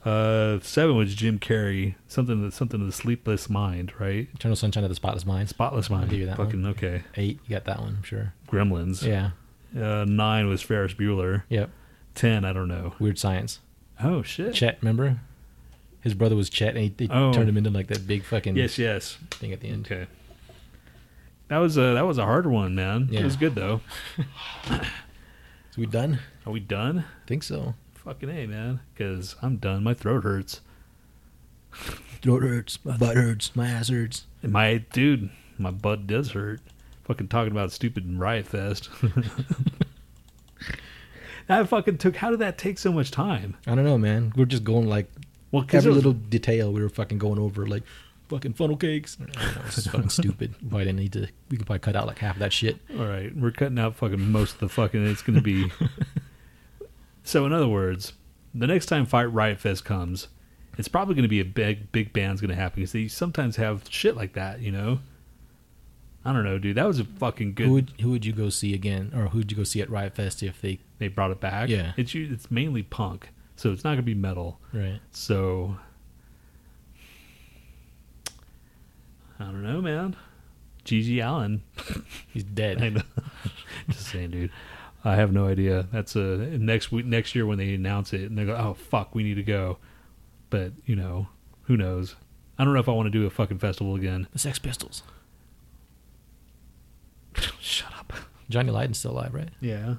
B: Uh, seven was Jim Carrey. Something that something of the Sleepless Mind, right?
A: Eternal Sunshine of the Spotless Mind.
B: Spotless
A: I'll
B: Mind.
A: give you that
B: Fucking
A: one.
B: okay.
A: Eight. You got that one, I'm sure.
B: Gremlins.
A: Yeah.
B: Uh, nine was Ferris Bueller.
A: Yep.
B: Ten, I don't know.
A: Weird Science.
B: Oh shit.
A: Chet, remember? His brother was Chet, and he, they
B: Oh.
A: turned him into like that big fucking
B: Yes, yes.
A: thing at the end.
B: Okay. That was a that was a hard one, man. It
A: Yeah.
B: was good though.
A: Is we done?
B: Are we done?
A: I think so.
B: Fucking a man, because I'm done. My throat hurts.
A: Throat hurts, my butt hurts, my ass hurts.
B: And my dude, my butt does hurt. Fucking talking about stupid riot fest. that fucking took. How did that take so much time?
A: I don't know, man. We're just going like
B: well, 'cause
A: every
B: it was-
A: little detail we were fucking going over, like fucking funnel cakes. I don't know, it's just fucking stupid. Probably didn't need to. We could probably cut out like half of that shit.
B: All right, we're cutting out fucking most of the fucking. It's going to be. so, in other words, the next time Fight Riot Fest comes, it's probably going to be a big big band's going to happen because they sometimes have shit like that, you know. I don't know, dude. That was a fucking good.
A: Who would who would you go see again, or who'd you go see at Riot Fest if they
B: they brought it back?
A: Yeah,
B: It's u- it's mainly punk, so it's not going to be metal.
A: right.
B: So. I don't know, man. Gigi Allen.
A: He's dead.
B: I know. Just saying, dude. I have no idea. That's a next week, next year when they announce it, and they go, "Oh fuck, we need to go." But you know, who knows? I don't know if I want to do a fucking festival again.
A: The Sex Pistols.
B: Shut up.
A: Johnny Lydon's still alive, right?
B: Yeah.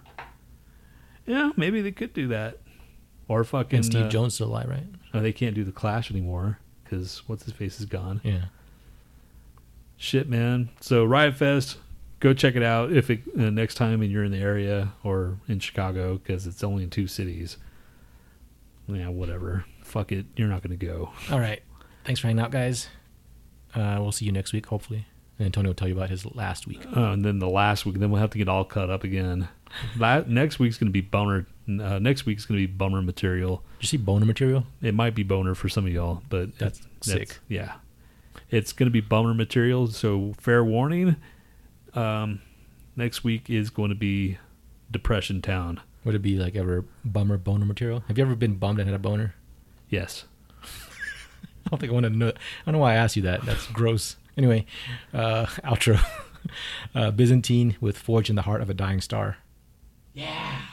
B: Yeah, maybe they could do that. Or fucking
A: And Steve
B: uh,
A: Jones still alive, right?
B: Oh, they can't do the Clash anymore because what's his face is gone.
A: Yeah.
B: Shit, man. So Riot Fest, go check it out if it, uh, next time and you're in the area or in Chicago because it's only in two cities. Yeah, whatever. Fuck it. You're not going to go.
A: All right. Thanks for hanging out, guys. Uh, we'll see you next week, hopefully. And Antonio will tell you about his last week.
B: Uh, and then the last week, then we'll have to get all cut up again. La next week's going to be boner. Uh, next week's going to be boner material.
A: Did you see boner material?
B: It might be boner for some of y'all, but
A: That's sick.
B: yeah, it's going to be bummer material. So fair warning. Um, next week is going to be Depression Town.
A: Would it be like ever bummer boner material? Have you ever been bummed and had a boner?
B: Yes.
A: I don't think I want to know. I don't know why I asked you that. That's gross. Anyway, uh, outro. uh, Byzantine with Forge in the Heart of a Dying Star.
E: Yeah.